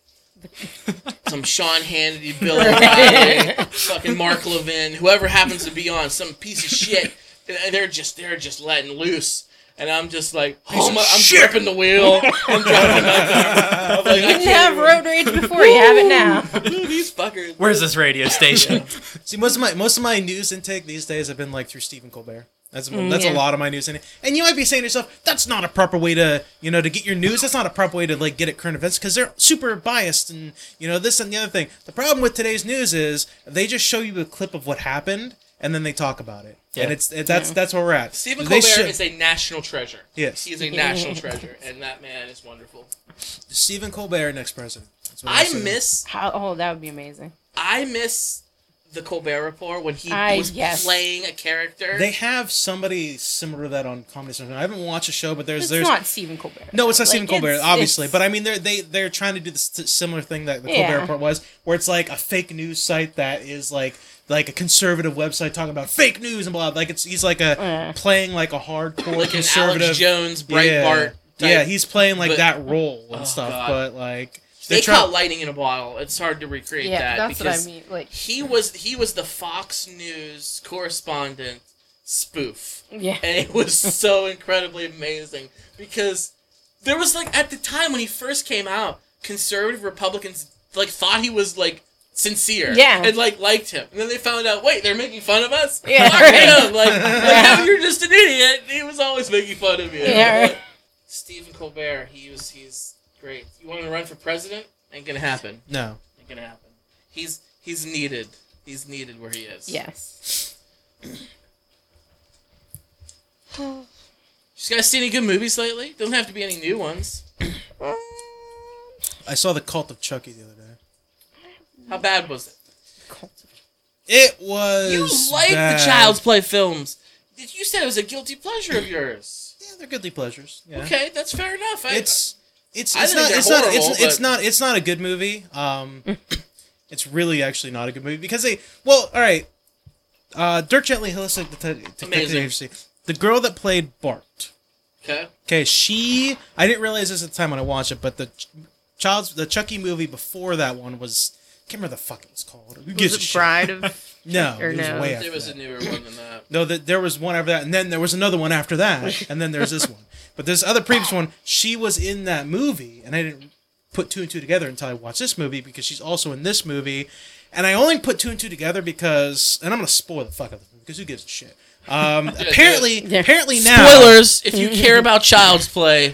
C: some Sean Hannity, Bill O'Reilly, fucking Mark Levin, whoever happens to be on, some piece of shit. And they're just they're just letting loose. And I'm just like, oh my, I'm
D: shit.
C: gripping the wheel. I'm driving my car. I'm like, I
B: You
C: can't
B: didn't have
C: even-
B: road rage before. You have it now.
C: these fuckers.
E: Where's this radio station?
D: See, most of my most of my news intake these days have been like through Stephen Colbert. That's
C: Mm,
D: that's
B: yeah.
D: a lot of my news intake. And you might be saying to yourself, that's not a proper way to you know to get your news. That's not a proper way to like get at current events because they're super biased and you know this and the other thing. The problem with today's news is they just show you a clip of what happened and then they talk about it.
E: Yeah.
D: And it's it, that's that's where we're at.
C: Stephen
D: They
C: Colbert
D: should-
C: is a national treasure.
D: Yes.
C: he's a national treasure, and that man is wonderful.
D: Stephen Colbert next president. That's what
C: I
D: saying.
C: miss,
B: How, oh, that would be amazing.
C: I miss the Colbert Report when he
B: I-
C: was
B: yes.
C: playing a character.
D: They have somebody similar to that on Comedy Central. I haven't watched the show, but there's
B: It's
D: there's
B: not Stephen Colbert.
D: No, it's not
B: Like,
D: Stephen Colbert,
B: it's-
D: obviously.
B: it's-
D: But I mean, they're they they're trying to do this t- similar thing that the
B: Yeah.
D: Colbert Report was, where it's like a fake news site that is like like a conservative website talking about fake news and blah. Like it's he's like a
B: Yeah.
D: playing like a hardcore
C: like an
D: conservative.
C: Alex Jones,
D: yeah,
C: Breitbart. Type.
D: yeah, he's playing like
C: but-
D: that role and
C: Oh,
D: stuff.
C: God.
D: But like
C: they
D: they're
C: caught
D: trying.
C: lightning in a bottle. It's hard to recreate
B: yeah,
C: that
B: that's what I
C: because
B: mean. Like,
C: he was he was the Fox News correspondent spoof.
B: yeah,
C: and it was so incredibly amazing because there was like at the time when he first came out, conservative Republicans like thought he was like sincere,
B: Yeah.
C: and like liked him, and then they found out wait they're making fun of us,
B: Yeah,
C: Fuck
B: right.
C: him. like, like
B: Yeah.
C: "No, you're just an idiot. He was always making fun of you.
B: Yeah, right.
C: Stephen Colbert, he was he's great. You want to run for president? Ain't gonna happen.
D: No,
C: Ain't gonna happen. He's he's needed. He's needed where he is.
B: yes.
C: You guys see any good movies lately? Doesn't have to be any new ones.
D: I saw the Cult of Chucky the other day.
C: How bad was it?
D: It was.
C: You like
D: bad.
C: the child's play films. You said it was a guilty pleasure of yours.
D: Yeah, they're goodly pleasures. Yeah.
C: Okay, that's fair enough. I,
D: it's it's
C: I
D: it's
C: think
D: not
C: they're
D: it's not
C: horrible,
D: it's, it's
C: but-
D: not it's not a good movie. Um, it's really actually not a good movie because they well all right. Uh, Dirk Gently, Holistic Detective
C: Amazing.
D: Agency. The girl that played Bart.
C: okay.
D: Okay, she. I didn't realize this at the time when I watched it, but the ch- child's the Chucky movie before that one was. I can't remember the fuck it was called. Who gives
B: Was it
D: a shit?
B: Bride of?
D: No,
B: or
D: it was
B: no?
D: way after
C: There was
D: that.
C: a newer one than that.
D: No, that there was one after that, and then there was another one after that, and then there's this one. But this other previous one, she was in that movie, and I didn't put two and two together until I watched this movie because she's also in this movie, and I only put two and two together because, and I'm gonna spoil the fuck out of this movie because who gives a shit? Um, apparently,
B: Yeah.
D: apparently now,
C: Spoilers! If you care about child's play,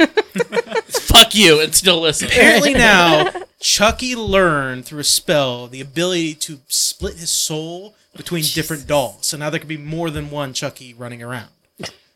C: fuck you and still listen.
D: apparently now, Chucky learned through a spell the ability to split his soul between
B: Oh,
D: different dolls, so now there could be more than one Chucky running around.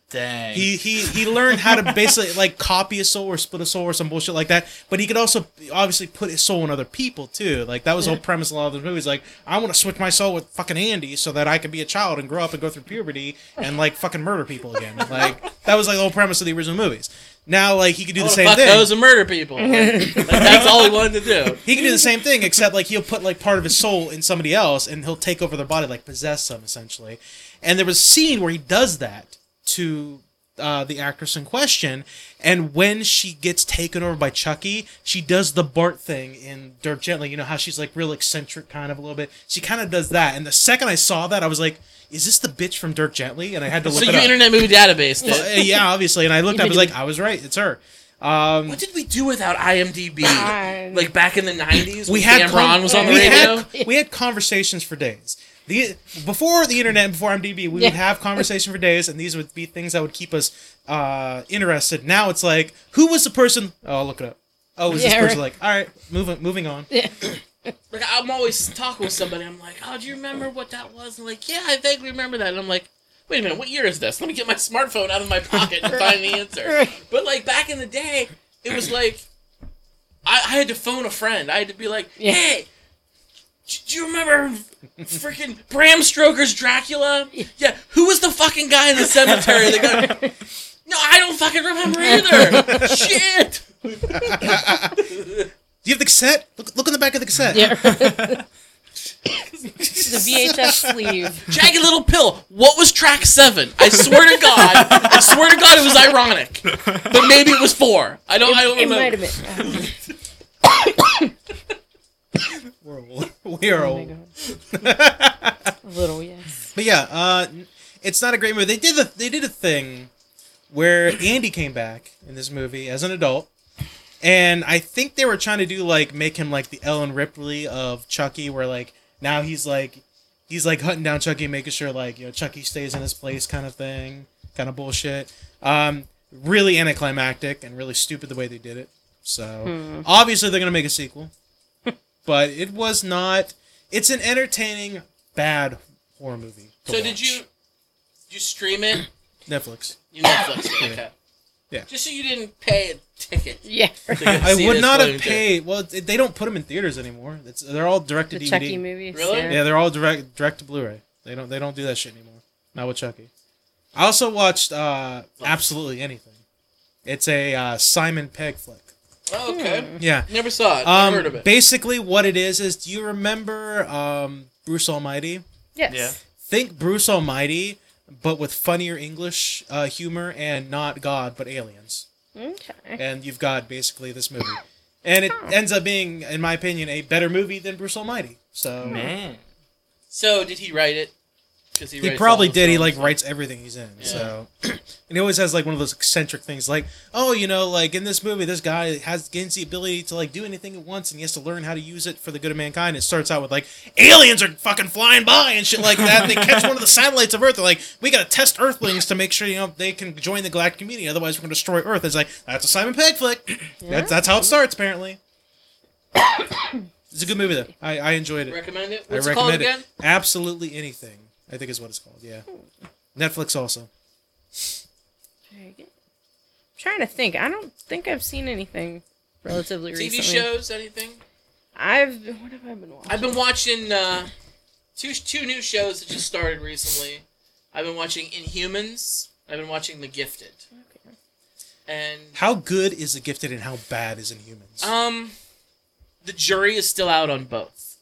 E: Dang.
D: He he he learned how to basically like copy a soul or split a soul or some bullshit like that. But he could also obviously put his soul in other people too. Like that was the whole premise of a lot of those movies. Like I want to switch my soul with fucking Andy so that I can be a child and grow up and go through puberty and like fucking murder people again. Like that was like the whole premise of the original movies. Now like he could do the same
C: fuck
D: thing.
C: those and murder people. Like, that's all he wanted to do.
D: He can do the same thing, except like he'll put like part of his soul in somebody else, and he'll take over their body, like possess them essentially. And there was a scene where he does that to uh, the actress in question, and when she gets taken over by Chucky, she does the Bart thing in Dirk Gently. You know how she's like real eccentric, kind of a little bit. She kind of does that. And the second I saw that, I was like, "Is this the bitch from Dirk Gently?" And I had to look
C: So
D: it
C: you
D: up.
C: internet movie database did.
D: Uh, yeah, obviously. And I looked up, I was like, I was right. It's her. Um,
C: What did we do without IMDb?
B: God.
C: like back in the nineties,
D: we
C: when
D: had
C: Cameron
D: con-
C: was on the
D: we
C: radio.
D: Had, we had conversations for days. The before the internet, and before MDB, we
B: Yeah.
D: would have conversation for days, and these would be things that would keep us uh, interested. Now it's like, who was the person? Oh, I'll look it up. Oh, is
B: Yeah,
D: this person
B: right.
D: like? All right, moving moving on.
C: Like I'm always talking with somebody. I'm like, oh, do you remember what that was? And like, yeah, I vaguely remember that. And I'm like, wait a minute, what year is this? Let me get my smartphone out of my pocket and find the answer.
B: Right.
C: But like back in the day, it was like, I, I had to phone a friend. I had to be like,
B: Yeah.
C: hey. d- Do you remember freaking Bram Stoker's Dracula? Yeah, who was the fucking guy in the cemetery that got No, I don't fucking remember either. Shit.
D: Do you have the cassette? Look look in the back of the cassette.
B: Yeah. the VHS sleeve.
C: Jagged Little Pill. What was track seven? I swear to God, I swear to God, it was ironic, but maybe it was four. I
D: Oh,
C: don't. I don't
B: It might
C: remember.
B: have been.
D: We're old. We are
B: Oh my
D: old.
B: god. A little, yes.
D: But yeah, uh, it's not a great movie. They did the they did a thing where Andy came back in this movie as an adult, and I think they were trying to do like make him like the Ellen Ripley of Chucky, where like now he's like he's like hunting down Chucky, making sure like you know Chucky stays in his place, kind of thing, kind of bullshit. Um, really anticlimactic and really stupid the way they did it. So obviously they're gonna make a sequel, but it was not. It's an entertaining bad horror movie. to
C: So
D: watch.
C: did you? Did you stream it?
D: Netflix?
C: You Netflix. it, Okay.
D: Yeah.
C: Just so you didn't pay a ticket.
B: Yeah.
C: to go
D: I
C: see
D: would
C: this
D: not
C: balloon
D: have
C: thing.
D: paid. Well, it- they don't put them in theaters anymore. It's, they're all direct to
B: The E.
D: DVD.
B: Chucky movies.
C: Really?
B: Yeah.
D: Yeah, they're all direct direct to Blu-ray. They don't they don't do that shit anymore. Not with Chucky. I also watched uh, absolutely anything. It's a uh, Simon Pegg flick.
C: Oh, okay.
D: Yeah.
C: Never saw it.
D: Um,
C: Never heard of it.
D: Basically, what it is is, do you remember um, Bruce Almighty?
B: Yes.
E: Yeah.
D: Think Bruce Almighty, but with funnier English uh, humor and not God, but aliens.
B: Okay.
D: and you've got basically this movie. And it ends up being, in my opinion, a better movie than Bruce Almighty. So
E: Man.
C: so did he write it? Because
D: he
C: writes
D: probably
C: all the
D: did. He
C: songs.
D: like writes everything he's in.
C: Yeah.
D: So and he always has like one of those eccentric things, like oh, you know, like in this movie, this guy has gains the ability to like do anything at once, and he has to learn how to use it for the good of mankind. It starts out with like aliens are fucking flying by and shit like that. And they catch one of the satellites of Earth. They're like, we gotta test Earthlings to make sure you know they can join the galactic community. Otherwise, we're gonna destroy Earth. It's like that's a Simon Pegg flick. That's that's how it starts apparently. it's a good movie though. I, I enjoyed it.
C: Recommend it.
D: I
C: What's it called again?
D: recommend it. Absolutely anything. I think is what it's called. Yeah. Netflix also.
B: Very good. I'm trying to think. I don't think I've seen anything relatively
C: TV
B: recently.
C: shows? Anything?
B: I've what have I been watching?
C: I've been watching uh, two two new shows that just started recently. I've been watching Inhumans. I've been watching The Gifted.
B: Okay.
C: And
D: How good is The Gifted and how bad is Inhumans?
C: um, the jury is still out on both.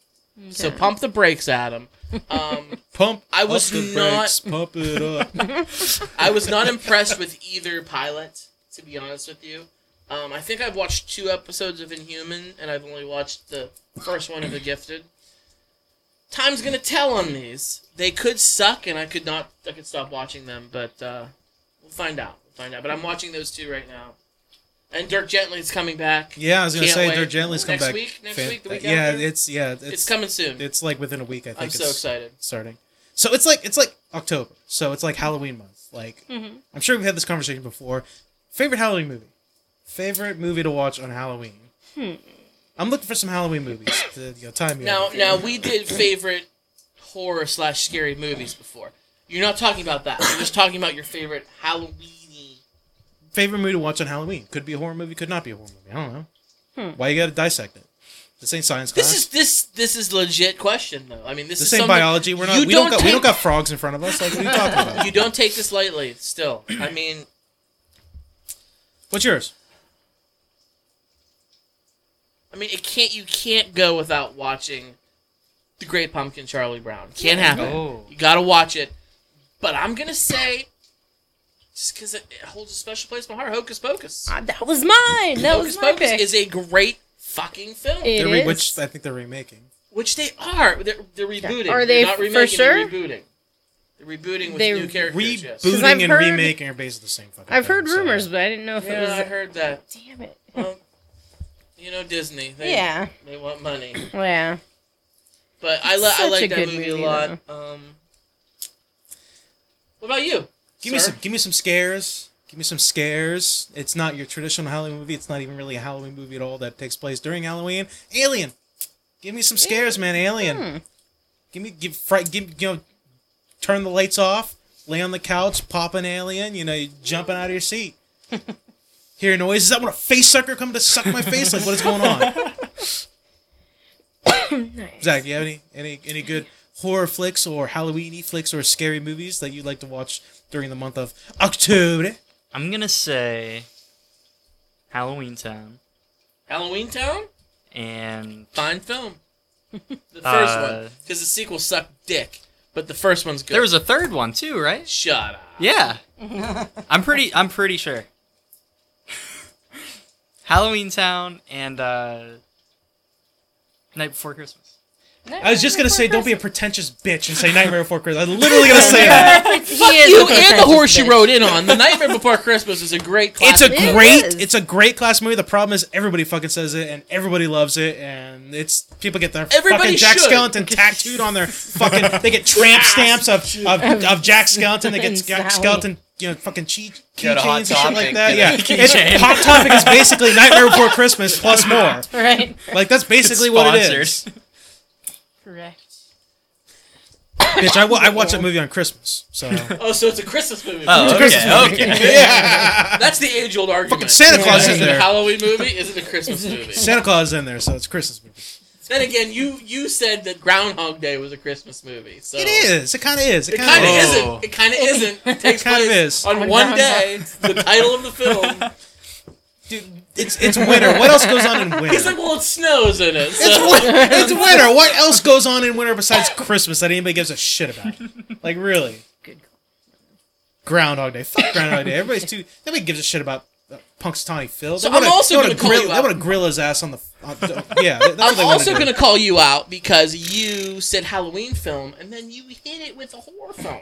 C: So
B: Okay.
C: pump the brakes, Adam. Um,
D: pump.
C: I
D: up
C: was
D: the
C: not-
D: brakes, pump it up.
C: I was not impressed with either pilot, to be honest with you. Um, I think I've watched two episodes of Inhuman, and I've only watched the first one of The Gifted. Time's gonna tell on these. They could suck, and I could not. I could stop watching them, but uh, we'll find out. We'll find out. But I'm watching those two right now. And Dirk Gently's coming back.
D: yeah, I was gonna
C: Can't
D: say
C: wait.
D: Dirk Gently's come
C: Next
D: back.
C: week? Next week? The week
D: yeah,
C: after?
D: it's yeah, it's
C: It's
D: it's,
C: coming soon.
D: like within a week. I think
C: I'm
D: it's
C: so excited.
D: starting. So it's like it's like October. So it's like Halloween month. Like
B: Mm-hmm.
D: I'm sure we've had this conversation before. Favorite Halloween movie. Favorite movie to watch on Halloween. I'm looking for some Halloween movies. To, you know, time
C: Hmm.
D: you
C: Now,
D: have.
C: now we did favorite horror slash scary movies before. You're not talking about that. You're just talking about your favorite Halloweeny.
D: favorite movie to watch on Halloween. Could be a horror movie, could not be a horror movie. I don't know. Why you gotta dissect it? This ain't science class.
C: This is this this is legit question though. I mean, this,
D: this
C: is
D: ain't
C: something-
D: biology. We're not.
C: You
D: We don't,
C: don't
D: got, we don't
C: take-
D: got frogs in front of us. Like what are you talking about?
C: You don't take this lightly. Still, I mean,
D: What's yours?
C: I mean, it can't. You can't go without watching the Great Pumpkin, Charlie Brown. Can't happen.
E: Oh.
C: You gotta watch it. But I'm gonna say, just because it, it holds a special place in my heart, Hocus Pocus.
B: Ah, that was mine. That
C: Hocus
B: was my
C: Pocus
B: pick.
C: is a great fucking film.
B: It
D: They're re-
B: is.
D: Which I think they're remaking.
C: Which they are. They're, they're rebooting.
B: Are
C: Are
B: they
C: they not
B: for
C: remaking,
B: sure?
C: They're rebooting. They're rebooting with
B: They
C: new characters. yes.
D: Rebooting
B: I've
D: and
B: heard-
D: remaking are basically the same fucking
B: I've
D: thing,
B: heard
D: so-
B: rumors, but I didn't know if it was.
C: Yeah, I heard that.
B: Damn it.
C: Well, you know Disney. They,
B: yeah.
C: They want money.
B: Well, yeah.
C: But I, li- I
B: Such a
C: like that
B: good
C: movie, a
B: movie,
C: lot. Um, what about you?
D: Give me
C: sir?
D: some. Give me some scares. Give me some scares. It's not your traditional Halloween movie. It's not even really a Halloween movie at all. That takes place during Halloween. Alien. Give me some scares, man. Alien.
B: Hmm.
D: Give me give fright. Give you know. Turn the lights off. Lay on the couch. Pop an alien. You know, you're jumping out of your seat. Hear noises. I want a face sucker come to suck my face. Like what is going on?
B: Nice.
D: Zach, you have any any any good horror flicks or Halloweeny flicks or scary movies that you'd like to watch during the month of October?
E: I'm gonna say Halloween Town
C: Halloween Town?
E: and
C: Fine film. The first
E: Uh,
C: one. Because the sequel sucked dick. But the first one's good.
E: there was a third one too, right?
C: Shut up.
E: Yeah. I'm pretty I'm pretty sure. Halloween Town and uh Night Before Christmas.
D: I was just gonna say, don't be a pretentious bitch and say Nightmare Before Christmas. I was literally gonna say that.
B: He
C: Fuck
B: is a
C: you and the
B: pretentious
C: horse you
B: bitch.
C: rode in on. The Nightmare Before Christmas is a great
D: It's a
C: classic.
B: It is.
D: great, it's a great class movie. The problem is everybody fucking says it and everybody loves it, and it's people get their
C: Everybody
D: fucking Jack
C: should.
D: Skellington tattooed on their fucking. They get tramp stamps of of, of Jack Skellington. They get Jack
B: Sally.
D: Skellington. You know, fucking cheat
F: Go to Hot
D: keychains and shit
F: Topic,
D: like that.
F: get
D: Yeah,
F: a
D: It's- Hot Topic is basically Nightmare Before Christmas plus more.
B: Right.
D: Like that's basically what it is.
B: Correct.
D: Bitch, I, wa- I watch that movie on Christmas, so
C: oh, so it's a Christmas movie.
E: Oh, okay,
D: Christmas movie.
E: okay.
D: yeah.
C: That's the age old argument.
D: Fucking Santa Claus
C: Is it
D: in
C: a
D: there.
C: Halloween movie? Is it a Christmas movie?
D: Santa Claus is in there, so it's a Christmas movie.
C: then again, you you said that Groundhog Day was a Christmas movie. So
D: It is. It kind of is.
C: It kind of
E: is.
C: isn't. It kind of isn't. It takes
D: kinda
C: place
D: is.
C: on
B: On
C: one
B: Groundhog.
C: day. The title of the film.
D: Dude, it's it's winter. What else goes on in winter?
C: He's like, well, it snows in it.
D: it's,
C: So.
D: win- it's winter. What else goes on in winter besides Christmas that anybody gives a shit about? Like really,
B: Good. call.
D: Groundhog Day. Fuck Groundhog Day. Everybody's too. Nobody gives a shit about uh, Punxsutawney Phil.
C: So
D: They wanna-
C: I'm also
D: they wanna
C: gonna call
D: grill,
C: you
D: They
C: out.
D: want to grill his ass on the. On, yeah. That's what
C: I'm
D: they wanna
C: also
D: do.
C: gonna call you out because you said Halloween film and then you hit it with a horror film.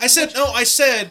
D: I said no. I said,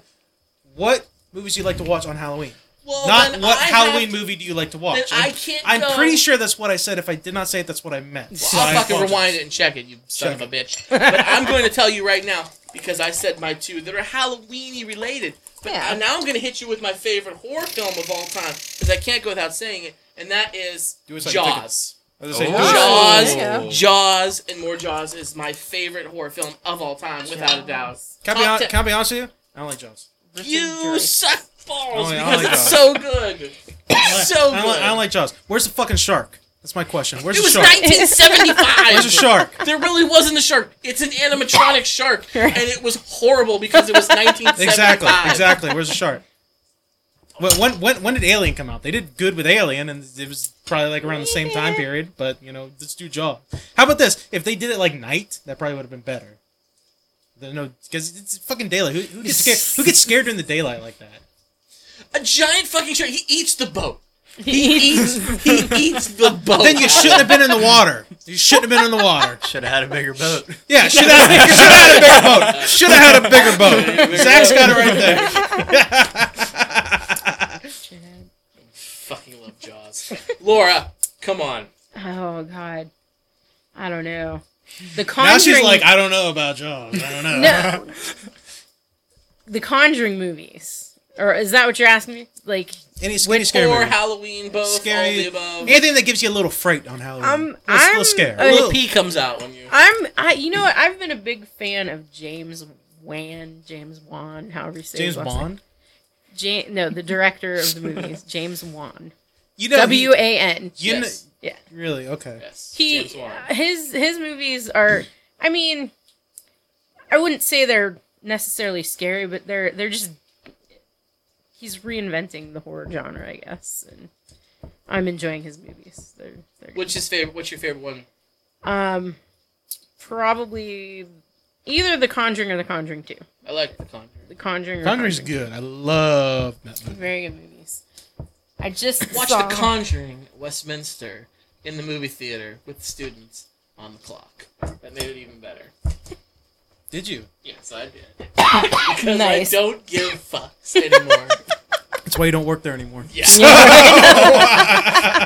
D: what movies you like to watch on Halloween?
C: Well,
D: Not
C: then
D: what
C: I
D: Halloween
C: have to-
D: movie do you like to watch?
C: Then
D: And
C: I can't.
D: I'm
C: go-
D: pretty sure that's what I said. If I did not say it, that's what I meant. So
C: I'll
D: I
C: fucking
D: apologize.
C: rewind it and check it, you son
D: Check
C: of a bitch. But I'm going to tell you right now because I said my two that are Halloweeny related. But
B: Yeah.
C: I- now I'm going to hit you with my favorite horror film of all time because I can't go without saying it, and that is
D: Do it so I can take it.
C: Jaws.
D: I was gonna say,
B: Oh.
D: do it.
C: Jaws,
B: yeah.
C: Jaws, and more Jaws is my favorite horror film of all time, without a doubt.
D: Can I, be
C: Top
D: hon-
C: ten-
D: can I be honest with you? I don't like Jaws.
C: You suck balls
D: Oh, yeah, I
C: because
D: like
C: it's
D: Jaws.
C: so good. It's so
D: I
C: good.
D: don't, like, I don't like Jaws. Where's the fucking shark? That's my question. Where's
C: it
D: the
C: was
D: shark?
C: 1975.
D: Where's the shark?
C: There really wasn't a shark. It's an animatronic shark, and it was horrible because it was 1975.
D: Exactly. Exactly. Where's the shark? When, when when when did Alien come out? They did good with Alien, and it was probably like around the same time period. But you know, let's do Jaws. How about this? If they did it like night, that probably would have been better. There- No, because it's fucking daylight. Who, who gets scared? Who gets scared during the daylight like that?
C: A giant fucking shark. He eats the boat. He
B: He
C: eats. he eats the boat.
D: Then you shouldn't have been in the water. You shouldn't have been in the water.
E: Should have had a bigger boat.
D: Yeah, should have had a bigger boat. Should have had a bigger boat. Zach's got it right there.
C: fucking love Jaws. Laura, come on.
B: Oh God. I don't know. The
D: Now
B: Conjuring.
D: she's like, I don't know about Jaws. I don't know.
B: no. the Conjuring movies, or is that what you're asking me? Like,
D: Any, any
B: Which
D: scary
C: Or
D: movie.
C: Halloween, both all the
D: Scary.
C: above.
D: Anything that gives you a little fright on Halloween.
B: Um,
D: Um, a little
B: I'm-
D: scare.
B: uh,
D: A little-
C: P comes out when you.
B: I'm. I. You know what? I've been a big fan of James Wan. James Wan. However you say his
D: James
B: last name.
D: Bond.
B: Ja- no, the director of the movies, James Wan.
D: You know, he-
B: W A N.
D: you kn-
C: Yes.
B: Yeah.
D: really okay.
C: Yes.
B: He
C: James Wan.
B: his his movies are. I mean, I wouldn't say they're necessarily scary, but they're they're just. He's reinventing the horror genre, I guess, and I'm enjoying his movies. They're, they're
C: What's his favorite? What's your favorite one?
B: um, probably either The Conjuring or The Conjuring Two.
C: I like the Conjuring.
B: The Conjuring. Or
D: Conjuring's good. I love that movie.
B: Very good movies. I just
C: Watch
B: saw...
C: The Conjuring at Westminster in the movie theater with the students on the clock. That made it even better.
D: Did you?
C: Yes, I did. Because
B: Nice.
C: I don't give fucks anymore.
D: That's why you don't work there anymore.
C: yeah,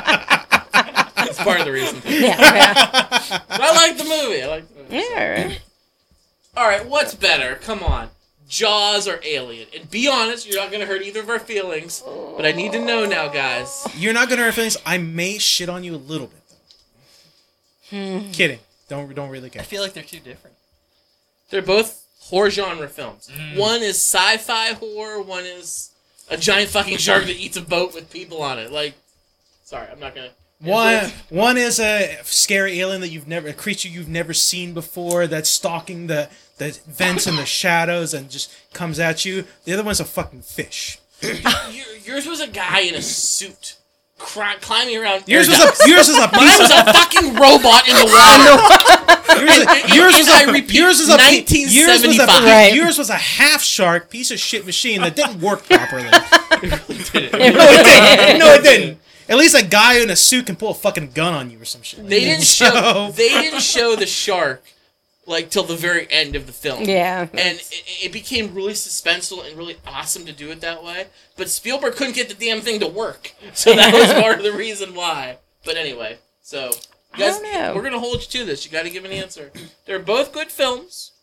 C: that's part of the reason.
B: yeah,
C: But I like the movie. I like the movie.
B: yeah. all right.
C: All right, what's better? Come on. Jaws or Alien? And be honest, you're not going to hurt either of our feelings, but I need to know now, guys.
D: You're not gonna hurt feelings. I may shit on you a little bit though. Kidding. Don't don't really
E: I
D: care.
E: feel like they're too different.
C: They're both horror genre films.
D: Mm.
C: One is sci-fi horror, one is a giant fucking shark that eats a boat with people on it. Like sorry, I'm not going to
D: One one is a scary alien that you've never a creature you've never seen before that's stalking the the vents and the shadows and just comes at you. The other one's a fucking fish.
C: Yours was a guy in a suit cri- climbing around.
D: Yours was a yours was a
C: Mine
D: piece
C: was
D: of
C: a fucking robot in the water.
D: yours was a- yours was
C: I
D: a
C: repeat,
D: yours was a pe- yours was a
C: 1975.
B: Right.
D: yours was a half shark piece of shit machine that didn't work properly. no, it didn't. At least a guy in a suit can pull a fucking gun on you or some shit. like
C: They
D: that.
C: didn't show. They didn't show the shark like till the very end of the film.
B: Yeah.
C: And it, it became really suspenseful and really awesome to do it that way. But Spielberg couldn't get the damn thing to work, so that was part of the reason why. But anyway, so you guys,
B: don't know.
C: we're gonna hold you to this. You got to give an answer. They're both good films,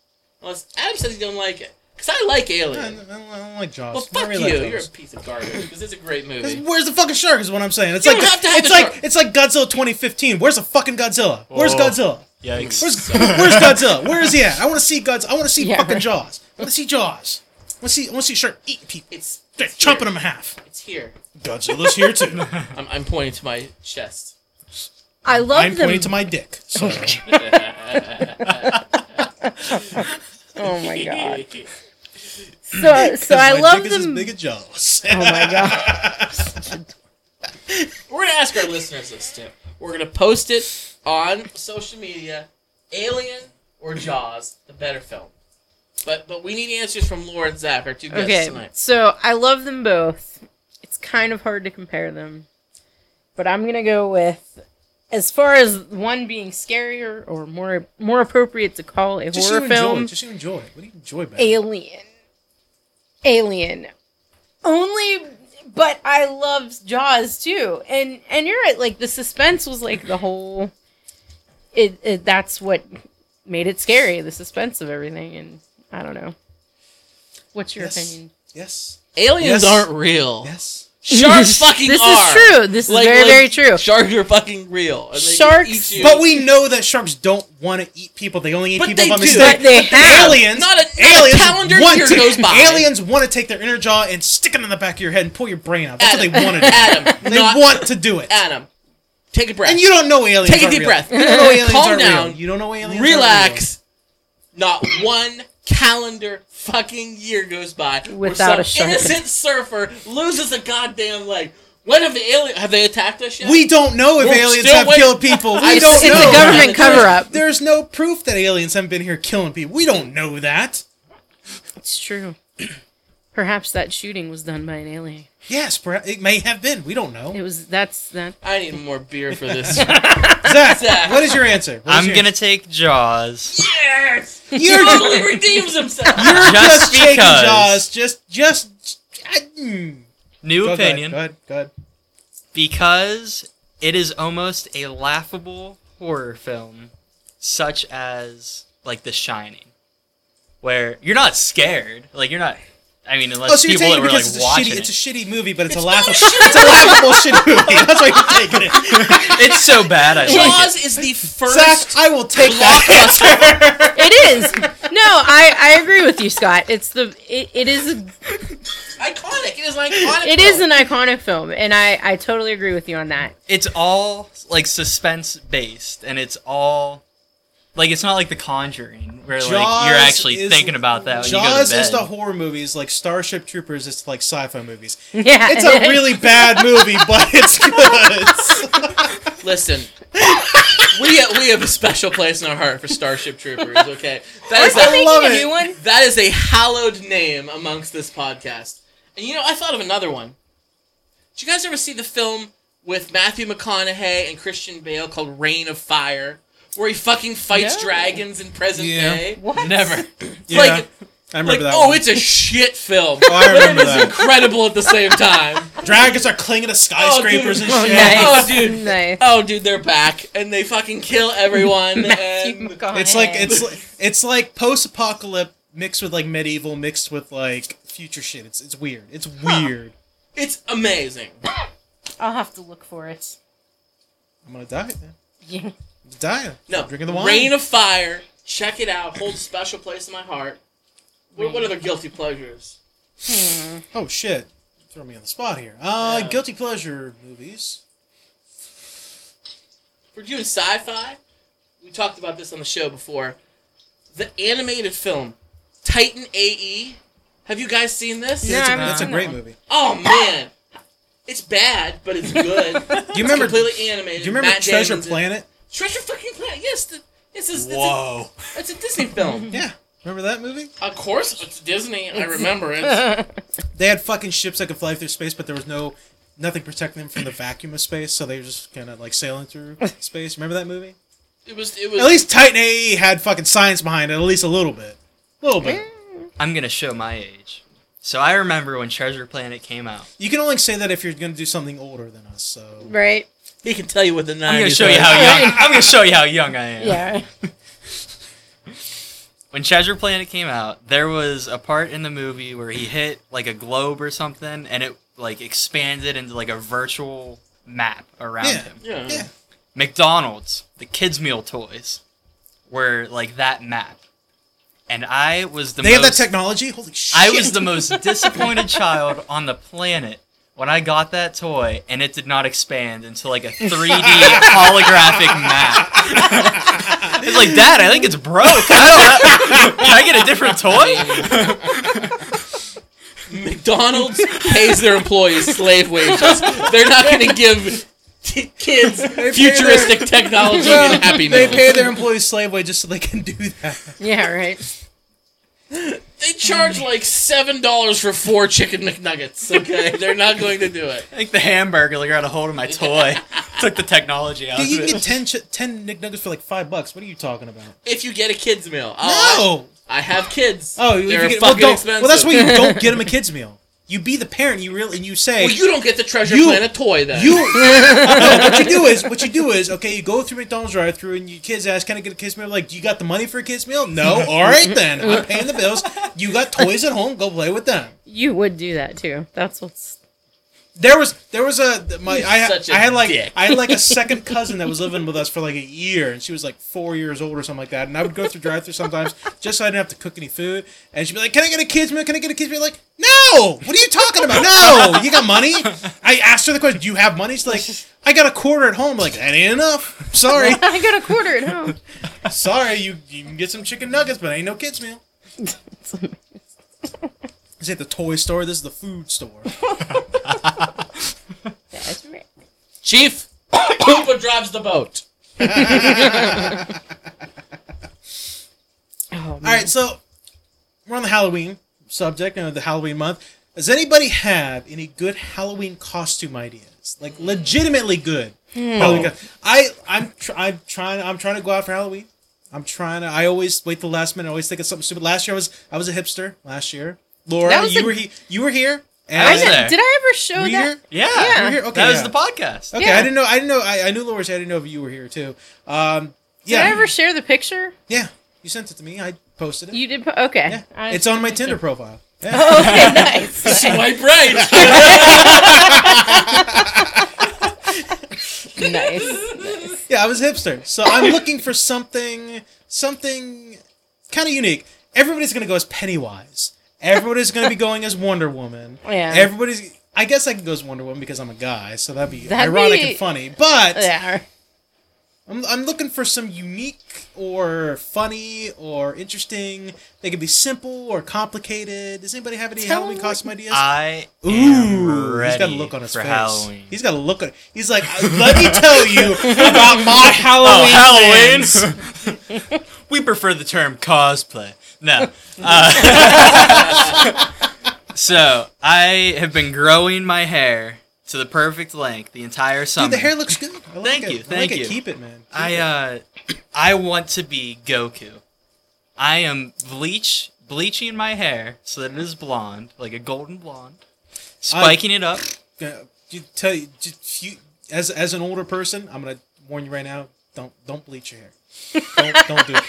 C: unless Adam says he don't like it. Cause I like
D: I
C: Alien.
D: don't, I don't- I don't like Jaws.
C: Well,
D: I don't
C: fuck
D: really
C: you.
D: like
C: You're a
D: Jaws.
C: piece of garbage. Because it's a great
D: 'Cause
C: movie.
D: Where's the fucking shark? Is what I'm saying. It's
C: You
D: like
C: don't have to have
D: it's
C: the
D: like
C: shark.
D: it's like Godzilla 2015. Where's the fucking Godzilla? Where's
F: Oh.
D: Godzilla?
F: Yikes.
D: Where's, where's Godzilla? Where is he at? I want to see Godzilla. I want to see
B: Yeah,
D: fucking
B: right.
D: Jaws. I want to see Jaws. I want to see. I want to see a shark eating people,
C: It's
D: They're
C: it's here.
D: chomping them in half.
C: It's here.
D: Godzilla's here too.
C: I'm, I'm pointing to my chest.
B: I love
D: I'm
B: them.
D: pointing to my dick. So
B: oh my god. So, so I
D: my
B: love
D: dick is as
B: them.
D: big as Jaws.
B: oh my god.
C: We're gonna ask our listeners this too. We're gonna post it on social media. Alien or Jaws, the better film. But but we need answers from Laura and Zach, our two guests
B: Okay,
C: tonight.
B: so I love them both. It's kind of hard to compare them, but I'm gonna go with as far as one being scarier or more more appropriate to call a
D: Just
B: horror
D: you
B: film.
D: enjoy. Just you enjoy. What do you enjoy about? it?
B: Alien. Alien. Only but I loved Jaws too. And and you're right, like the suspense was like the whole it, it that's what made it scary, the suspense of everything and I don't know. What's your
D: Yes.
B: opinion?
D: Yes.
C: Aliens
D: Yes.
C: aren't real.
D: Yes.
C: Sharks fucking
B: This
C: are.
B: is true. This is
C: Like-
B: very,
C: like,
B: very true.
C: Sharks are fucking real. and they can
B: Sharks-
C: eat you.
D: But we know that sharks don't want to eat people. They only eat
C: But
D: people
C: they
D: by
C: do.
D: mistake.
B: But they have.
D: aliens.
C: Not a- not a
D: aliens
C: calendar
D: want
C: year
D: to,
C: goes by.
D: Aliens want to take their inner jaw and stick it in the back of your head and pull your brain out. That's
C: Adam,
D: what they want to do.
C: Adam,
D: They
C: not
D: want to do it.
C: Adam. Take a breath.
D: And you don't know aliens.
C: Take a
D: aren't
C: deep
D: real.
C: breath.
D: You don't know aliens
C: Calm
D: aren't
C: down.
D: Real. You don't know aliens. aren't real.
C: Relax. Not one calendar fucking year goes by
B: Without
C: where
B: a
C: some
B: shark.
C: innocent surfer loses a goddamn leg. When have the alien have they attacked us yet?
D: We don't know if
C: We're
D: aliens
C: still
D: have
C: wait-
D: killed people. We
C: I
D: don't
B: it's
C: said-
D: know.
B: a government
C: It's-
B: cover up.
D: There's no proof that aliens haven't been here killing people. We don't know that.
B: It's true. Perhaps that shooting was done by an alien.
D: Yes, perhaps it may have been. We don't know.
B: It was that's that
C: I need more beer for this.
D: Zach,
C: Zach.
D: what is your answer? What is
E: I'm
D: your
E: gonna take Jaws.
C: yes,
D: You're
C: totally redeems himself.
D: You're
E: Just
D: just, taking
E: because.
D: Jaws. Just, just. I, mm.
E: New
D: Go ahead,
E: opinion.
D: Go ahead. Go ahead.
E: because it is almost a laughable horror film, such as like The Shining, where you're not scared. Like you're not. I mean, unless
D: Oh, so you're
E: people
D: taking
E: that
D: it
E: were like
D: because it's a
E: watching
D: shitty.
E: it.
D: It's a shitty movie, but it's, a laughable. It's a laughable shitty movie. That's why you're taking it.
E: It's so bad. I like
C: Jaws
E: it.
C: is the first.
D: Zach, I will take that answer.
B: It is. No, I, I agree with you, Scott. It's the it, it is
C: iconic. It is an iconic.
B: it is
C: film.
B: an iconic film, and I I totally agree with you on that.
E: It's all like suspense based, and it's all like it's not like The Conjuring where like you're
D: Jaws
E: actually
D: is-
E: thinking about that. When
D: Jaws
E: you go to bed.
D: is the horror movies like Starship Troopers. It's like sci-fi movies.
B: Yeah,
D: It's a really bad movie, but it's good.
C: Listen, we we have a special place in our heart for Starship Troopers. Okay, that is
D: I
C: the-
D: love it.
B: one.
C: That is a hallowed name amongst this podcast. And you know, I thought of another one. Did you guys ever see the film with Matthew McConaughey and Christian Bale called Rain of Fire? where he fucking fights
B: No.
C: dragons in present
D: Yeah.
C: day.
B: What?
E: Never.
C: It's like,
D: I remember
C: like,
D: that.
C: oh,
D: one.
C: it's a shit film,
D: Oh, I
C: but it
D: remember
C: is
D: that.
C: incredible at the same time.
D: Dragons are clinging to skyscrapers
C: Oh, dude.
D: and
C: Oh, nice. Oh,
D: shit.
C: dude.
B: Nice.
D: Uh,
C: Oh, dude, they're back, and they fucking kill everyone.
B: Matthew
C: and
B: McConaughey.
D: It's like it's like, it's like post-apocalypse mixed with like medieval mixed with like future shit. It's it's weird. It's weird.
C: it's amazing.
B: I'll have to look for it.
D: I'm gonna die. Man.
B: Yeah.
D: I'm dying.
C: No,
D: I'm drinking the wine.
C: Rain of Fire. Check it out. Holds a special place in my heart. What, what other guilty pleasures?
B: Hmm.
D: oh shit! Throw me on the spot here. Uh,
C: Yeah.
D: guilty pleasure movies.
C: We're doing sci-fi. We talked about this on the show before. The animated film Titan A.E. Have you guys seen this?
B: Yeah.
D: that's a,
B: I'm-
D: that's a
B: I
D: great
B: know.
D: movie.
C: Oh man, it's bad, but it's good. It's
D: Do you remember? Do
C: completely animated.
D: you remember
C: Matt
D: Treasure
C: Damon's in-
D: Planet?
C: Treasure fucking Planet. Yes, the, it's, a, it's, a,
D: Whoa!
C: it's a Disney film.
D: Yeah, remember that movie?
C: Of course, it's Disney. I remember it.
D: They had fucking ships that could fly through space, but there was no nothing protecting them from the vacuum of space, so they were just kind of like sailing through space. Remember that movie?
C: It was. It was.
D: At least Titan AE had fucking science behind it, at least a little bit. A little bit.
E: I'm gonna show my age. So I remember when Treasure Planet came out.
D: You can only say that if you're gonna do something older than us. So
B: right.
C: he can tell you what the nine.
E: I'm gonna show you how young. I'm gonna show you how young I am.
B: Yeah.
E: When Treasure Planet came out, there was a part in the movie where he hit like a globe or something, and it like expanded into like a virtual map around
D: Yeah.
E: him.
C: Yeah.
D: Yeah.
E: McDonald's, the kids' meal toys, were like that map, and I was the
D: they
E: most.
D: have that technology. Holy shit!
E: I was the most disappointed child on the planet when I got that toy and it did not expand into like a 3D holographic map. I was like, Dad, I think it's broke. I don't, can I get a different toy?
C: McDonald's pays their employees slave wages. They're not going to give t- kids futuristic technology
D: Well,
C: and happiness.
D: They
C: They,
D: pay their employees slave wage just so they can do that.
B: Yeah. Right.
C: charge like seven dollars for four chicken McNuggets. Okay, they're not going to do it.
E: I think the hamburger like, got a hold of my toy. Took the technology out
D: Dude, you
E: of
D: can get
E: it.
D: 10, ch- 10 Nick Nuggets for like five bucks. What are you talking about?
C: If you get a kids meal, oh,
D: No.
C: I, I have kids.
D: Oh, if you
C: they're
D: get, well,
C: fucking
D: don't-
C: expensive.
D: well, that's why you don't get them a kids meal. You be the parent. You really and you say
C: Well, you don't get the Treasure
D: You-
C: Planet toy then.
D: You no, what you do is what you do is okay. You go through McDonald's drive-through and your kids ask, "Can I get a kids meal?" Like, do you got the money for a kids meal? No. All right then, I'm paying the bills. You got toys at home. Go play with them.
B: You would do that too. That's what's.
D: There was there was a my I,
C: You're such a
D: I had like
C: dick.
D: I had like a second cousin that was living with us for like a year and she was like four years old or something like that and I would go through drive through sometimes just so I didn't have to cook any food and she'd be like can I get a kids meal can I get a kids meal like no what are you talking about no you got money I asked her the question do you have money she's like I got a quarter at home like that ain't enough sorry
B: I got a quarter at home.
D: sorry you you can get some chicken nuggets but ain't no kids meal
B: It's amazing.
D: this ain't the toy store this is the food store
B: That's right.
C: Chief, Koopa drives the boat.
B: Oh,
D: All right, so we're on the Halloween subject, you know, the Halloween month. Does anybody have any good Halloween costume ideas? Like legitimately good.
E: Hmm. Oh.
D: Halloween co- I I'm tr- I'm trying I'm trying to go out for Halloween. I'm trying to. I always wait till the last minute. I always think of something stupid. Last year I was I was a hipster. Last year,
B: That
D: Laura,
B: was
D: you
B: a-
D: were he, you were here. And
E: I
B: I
E: was
B: did,
E: there.
B: did I ever show
D: Were you
B: that?
D: here?
E: Yeah.
B: Yeah.
D: You were here? Okay,
E: that was
D: yeah.
E: the podcast.
D: Okay,
B: Yeah.
D: I didn't know. I didn't know. I, I knew Laura. so I didn't know if you were here too. Um,
B: Did
D: yeah,
B: I ever share the picture?
D: yeah. You sent it to me. I posted it.
B: You did. Po- okay.
D: yeah.
B: I-
D: it's on my Tinder profile. Yeah.
B: Oh, okay. Nice.
C: Swipe right.
B: nice.
D: Yeah, I was a hipster. So I'm looking for something something kind of unique. Everybody's gonna go as Pennywise. Everybody's gonna be going as Wonder Woman.
B: Yeah.
D: Everybody's. I guess I can go as Wonder Woman because I'm a guy, so that'd be
B: That'd
D: ironic
B: be-
D: and funny. But
B: Yeah.
D: I'm, I'm looking for some unique or funny or interesting. They could be simple or complicated. Does anybody have any
B: Tell
D: Halloween
B: me-
D: costume ideas?
E: I
D: Ooh,
E: am ready
D: he's got a look on his
E: for
D: face.
E: Halloween.
D: He's got a look on. He's like, "Uh, let me tell you about my Halloween. plans."
E: Halloween. we prefer the term cosplay. No. Uh, so I have been growing my hair to the perfect length the entire summer.
D: Dude, the hair looks good. I like
E: Thank
D: it.
E: you,
D: I
E: thank
D: like
E: you.
D: It. Keep it, man. Keep
E: I
D: it.
E: uh, I want to be Goku. I am bleach bleaching my hair so that it is blonde, like a golden blonde, spiking it up.
D: gonna you tell you, just, you as as an older person, I'm gonna warn you right now. Don't don't bleach your hair. Don't don't do it.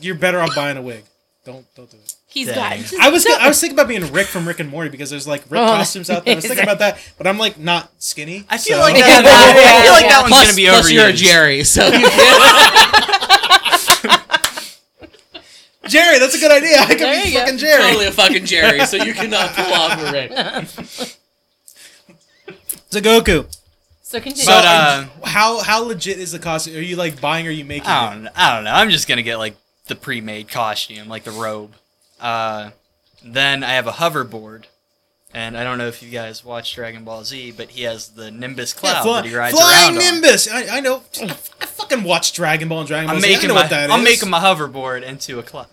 D: You're better off buying a wig. Don't don't do it.
B: He's
E: Dang.
B: got. Just,
D: I was I was thinking about being Rick from Rick and Morty because there's like Rick
B: Oh,
D: costumes out there. I was thinking
B: amazing.
D: about that, but I'm like not skinny.
E: I feel
D: so-
E: like
B: Yeah,
E: that. I feel like
B: yeah,
E: that
B: yeah.
E: one's
F: plus,
E: gonna be
F: plus
E: overused.
F: you're a Jerry, so you
D: Jerry. That's a good idea. I could
B: There
D: be
B: you go.
D: fucking Jerry.
C: Totally a fucking Jerry, so you cannot pull off a Rick.
D: It's a Goku.
B: so continue.
E: But uh,
D: How how legit is the costume? Are you like buying? or Are you making?
E: I
D: it?
E: don't, I don't know. I'm just gonna get like the pre-made costume, like the robe. Uh, then I have a hoverboard, and I don't know if you guys watch Dragon Ball Z, but he has the Nimbus cloud
D: Yeah, fly-
E: that he rides
D: flying
E: around on.
D: Nimbus. I, I know. I fucking watched Dragon Ball and Dragon Ball
E: I'm
D: Z. I
E: making
D: know
E: my
D: what that
E: I'm
D: is.
E: making my hoverboard into a cloud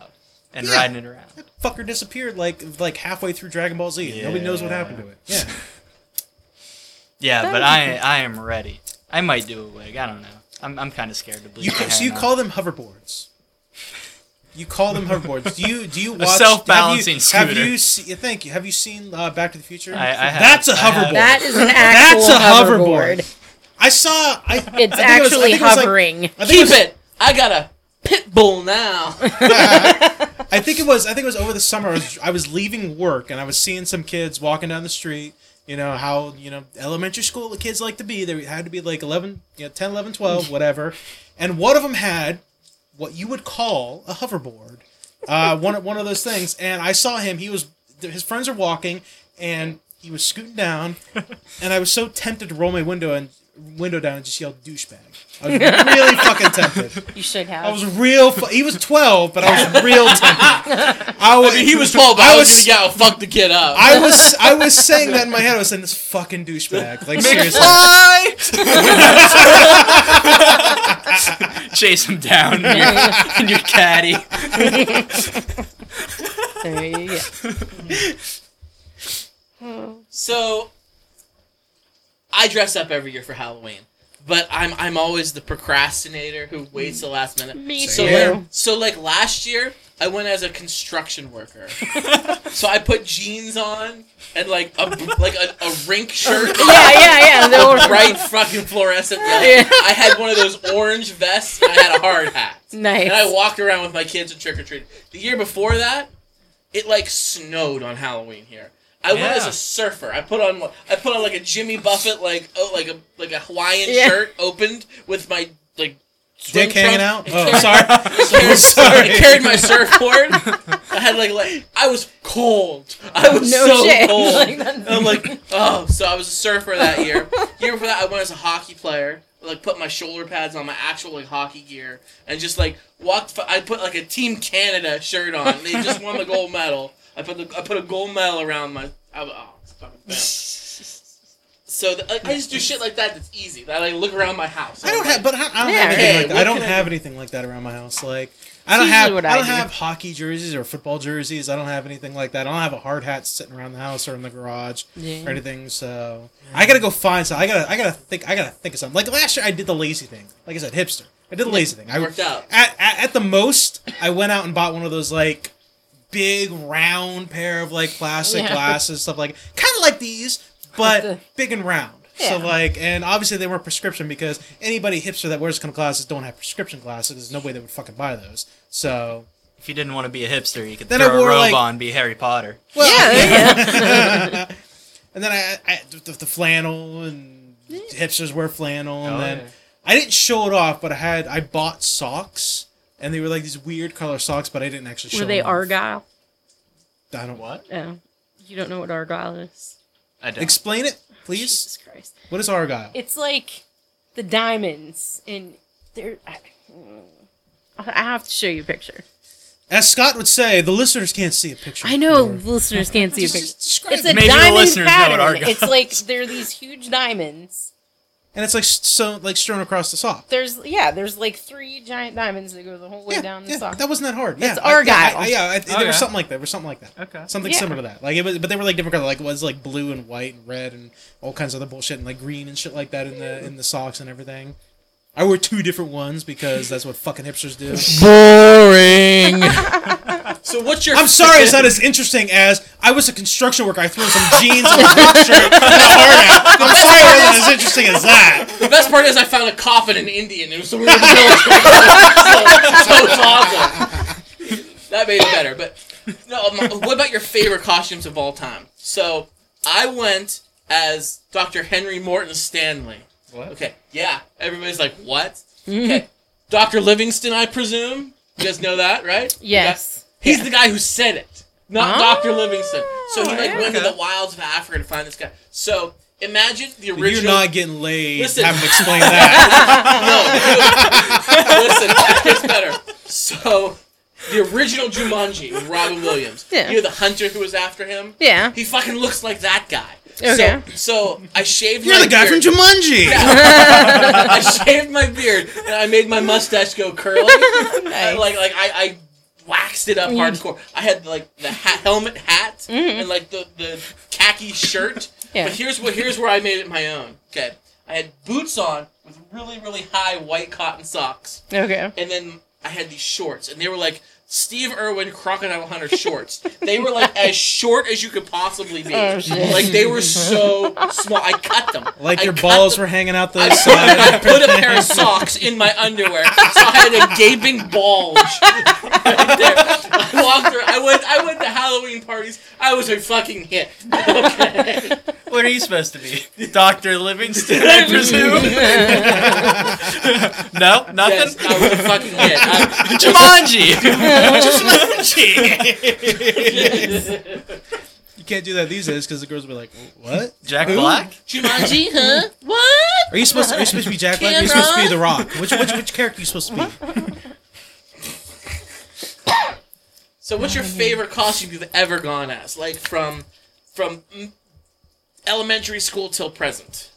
E: and
D: Yeah.
E: riding it around.
D: fucker disappeared like like halfway through Dragon Ball Z. Nobody knows what happened to it. Yeah.
E: Yeah,
B: That
E: but
B: would
E: I I am ready. I might do a wig. I don't know. I'm I'm kind of scared to bleed.
D: You
E: my hair
D: so you
E: now.
D: call them hoverboards. You call them hoverboards. Do you do you watch
E: self-balancing
D: have you- have
E: scooter.
D: you se- thank you. Have you seen uh, Back to the Future?
E: I- I have.
D: That's a
E: I have.
D: hoverboard.
C: uh,
B: that is an actual
D: a
B: hoverboard.
D: hoverboard. I saw. I, I think
B: It's
D: it was- I
B: actually
D: think it was like-
B: hovering.
D: I think
C: Keep
D: it was-
C: it. I got a pit bull now.
D: I think it was. I think it was over the summer. I was, I was leaving work and I was seeing some kids walking down the street. You know how you know elementary school the kids like to be. They had to be like 11, you know, 10, 11, 12, whatever. And one of them had what you would call a hoverboard, uh, one of- one of those things. And I saw him. He was his friends are walking, and he was scooting down. And I was so tempted to roll my window and window down and just yell douchebag. I was really fucking tempted.
B: You should have.
D: I was real. Fu- he was twelve, but I was real tempted. I was.
C: I mean, he was 12, but I,
D: I
C: was,
D: was-
C: like, yeah, fuck the kid up.
D: I was. I was saying that in my head. I was saying this fucking douchebag. Like seriously.
E: chase him down in your, in your caddy.
B: There you go.
C: So I dress up every year for Halloween, but I'm I'm always the procrastinator who waits till the last minute.
B: Me
C: so
B: too.
C: Like, so like last year, I went as a construction worker. so I put jeans on and like a like a, a rink shirt.
B: Yeah, yeah, yeah. The old
C: Bright fucking fluorescent. yellow.
B: Yeah.
C: I had one of those orange vests. And I had a hard hat.
B: Nice.
C: And I walked around with my kids in trick or treat. The year before that, it like snowed on Halloween here. I went as
E: Yeah.
C: a surfer. I put on I put on like a Jimmy Buffett like oh like a like a Hawaiian
B: Yeah.
C: shirt opened with my like swim
D: Dick hanging out.
C: trunks. I
D: Oh,
C: carried- I carried-
D: sorry. sorry.
C: I carried my surfboard. I had like like I was cold. I was
B: no
C: so
B: shit.
C: cold.
B: Like, that's-
C: I'm like, oh, so I was a surfer that year. year before that, I went as a hockey player. I, like, put my shoulder pads on, my actual like hockey gear, and just like walked. I put like a Team Canada shirt on. They just won the gold medal. I put the I put a gold medal around my. I, oh, it's fucking bad. So the, like, I just do shit like that. That's easy. That I look around my house.
D: I don't have. But I I don't
B: Yeah,
D: have anything
C: hey,
D: like that.
C: what
D: I don't
C: can I
D: have anything like that around my house. Like. I don't
B: usually
D: have
B: what
D: I
B: I
D: don't
B: do.
D: have hockey jerseys or football jerseys. I don't have anything like that. I don't have a hard hat sitting around the house or in the garage
B: Yeah.
D: or anything. So I gotta go find some. I gotta I gotta think I gotta think of something. Like last year I did the lazy thing. Like I said, hipster. I did the lazy thing. I
C: It worked out.
D: at, at, at the most, I went out and bought one of those like big round pair of like plastic
B: Yeah.
D: glasses, stuff like kind of like these, but big and round. So
B: Yeah.
D: like, and obviously they weren't prescription because anybody hipster that wears kind of glasses don't have prescription glasses. There's no way they would fucking buy those. So
E: If you didn't want to be a hipster, you could
D: Then I
E: throw a
D: wore,
E: robe
D: like-
E: on, and be Harry Potter.
B: yeah, there you go.
D: and then I, I the, the flannel and hipsters wear flannel, and
E: Oh,
D: then
E: yeah.
D: I didn't show it off, but I had I bought socks. And they were like these weird color socks, but I didn't actually show
B: Were they
D: them off.
B: Argyle?
D: I don't what?
B: Oh, you don't know what Argyle is?
E: I don't.
D: Explain it, please.
B: Jesus Christ.
D: What is Argyle?
B: It's like the diamonds, and they're. I, I have to show you a picture.
D: As Scott would say, the listeners can't see a picture.
B: I know
D: Or-
B: listeners can't see a
D: Just-
B: picture.
D: just describe
B: It's
D: it.
B: a
E: Maybe the
B: diamond
E: listeners know
B: pattern.
E: what Argyle
B: It's like they're these huge diamonds,
D: and it's like s- so like strewn across the sock.
B: There's yeah, there's like three giant diamonds that go the whole way
D: yeah,
B: down the
D: yeah,
B: sock.
D: that wasn't that hard.
B: That's
D: yeah, I- yeah,
B: Argyle.
D: I- yeah, I- there
E: Okay.
D: was something like that. There was something like that.
E: Okay.
D: Something
B: Yeah.
D: similar to that. Like it was, but they were like different color. Like it was like blue and white and red and all kinds of other bullshit and like green and shit like that in the in the socks and everything. I wore two different ones because that's what fucking hipsters do.
F: Boring.
C: So what's your?
D: I'm sorry, it's not as interesting as I was a construction worker. I threw in some jeans and a work shirt and a hard hat. I'm sorry, it wasn't as interesting as that.
C: The best part is I found a coffin in Indian. It was so we were in the military. so, so it's awesome. That made it better. But no, my- what about your favorite costumes of all time? So I went as Dr. Henry Morton Stanley.
E: What?
C: Okay, yeah. Everybody's like, what?
B: Mm-hmm.
C: Okay, Dr. Livingston, I presume. You guys know that, right?
B: Yes.
C: Yeah. He's the guy who said it, not
B: Oh,
C: Dr. Livingston. So he like
B: yeah.
C: went to
E: Okay.
C: the wilds of Africa to find this guy. So imagine the original.
D: You're not getting laid.
C: Listen.
D: Haven't explained that.
C: No, listen, that gets better. So, the original Jumanji with Robin Williams.
B: Yeah.
C: You know the hunter who was after him?
B: Yeah.
C: He fucking looks like that guy.
B: Okay.
C: So, so I shaved
D: You're
C: my
D: the guy from
C: beard.
D: Jumanji.
C: I shaved my beard and I made my mustache go curly. I,
B: Nice. Mm.
C: like like I, I waxed it up hardcore. I had like the hat, helmet hat
B: Mm-hmm.
C: and like the, the khaki shirt.
B: Yeah.
C: But here's what here's where I made it my own. Okay. I had boots on with really really high white cotton socks
B: Okay.
C: and then I had these shorts, and they were like Steve Irwin Crocodile Hunter shorts. They were like as short as you could possibly be.
B: Oh, shit.
C: like they were so small. I cut them.
D: Like
C: I
D: your
C: cut
D: balls
C: them.
D: were hanging out
C: I
D: the
C: put,
D: side.
C: I put a pair of socks in my underwear, so I had a gaping bulge. Right there. I walked through. I went. I went to Halloween parties. I was a fucking hit. Okay.
E: What are you supposed to be? Dr. Livingston, I presume? no?
C: Yes,
E: Nothing?
C: I was a fucking hit. I-
E: Jumanji!
D: You can't do that these days because the girls will be like, "What?
E: Jack
D: Who?
E: Black?
C: Jumanji, huh? What?
D: Are you supposed to? Are you supposed to be Jack Black? Are you supposed to be The Rock? Which which which character are you supposed to be?
C: So, what's your favorite costume you've ever gone as? Like from from mm, elementary school till present.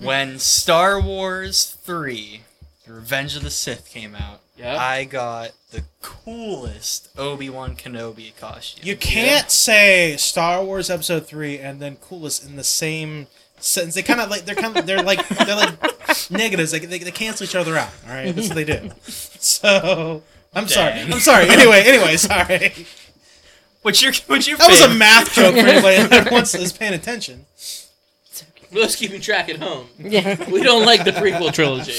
E: When Star Wars 3, The Revenge of the Sith came out,
C: Yeah.
E: I got the coolest Obi-Wan Kenobi costume.
D: You can't say Star Wars Episode Three and then coolest in the same sentence. They kind of like they're kind of they're like they're like negatives. Like they, they cancel each other out. All right, that's what they do. So. I'm sorry.
E: Dang.
D: I'm sorry. Anyway, anyway, sorry.
E: What's your, what's your
D: That was a
E: favorite?
D: math joke for anybody that wants is paying attention.
C: For those keeping track at home,
B: Yeah.
C: we don't like the prequel trilogy.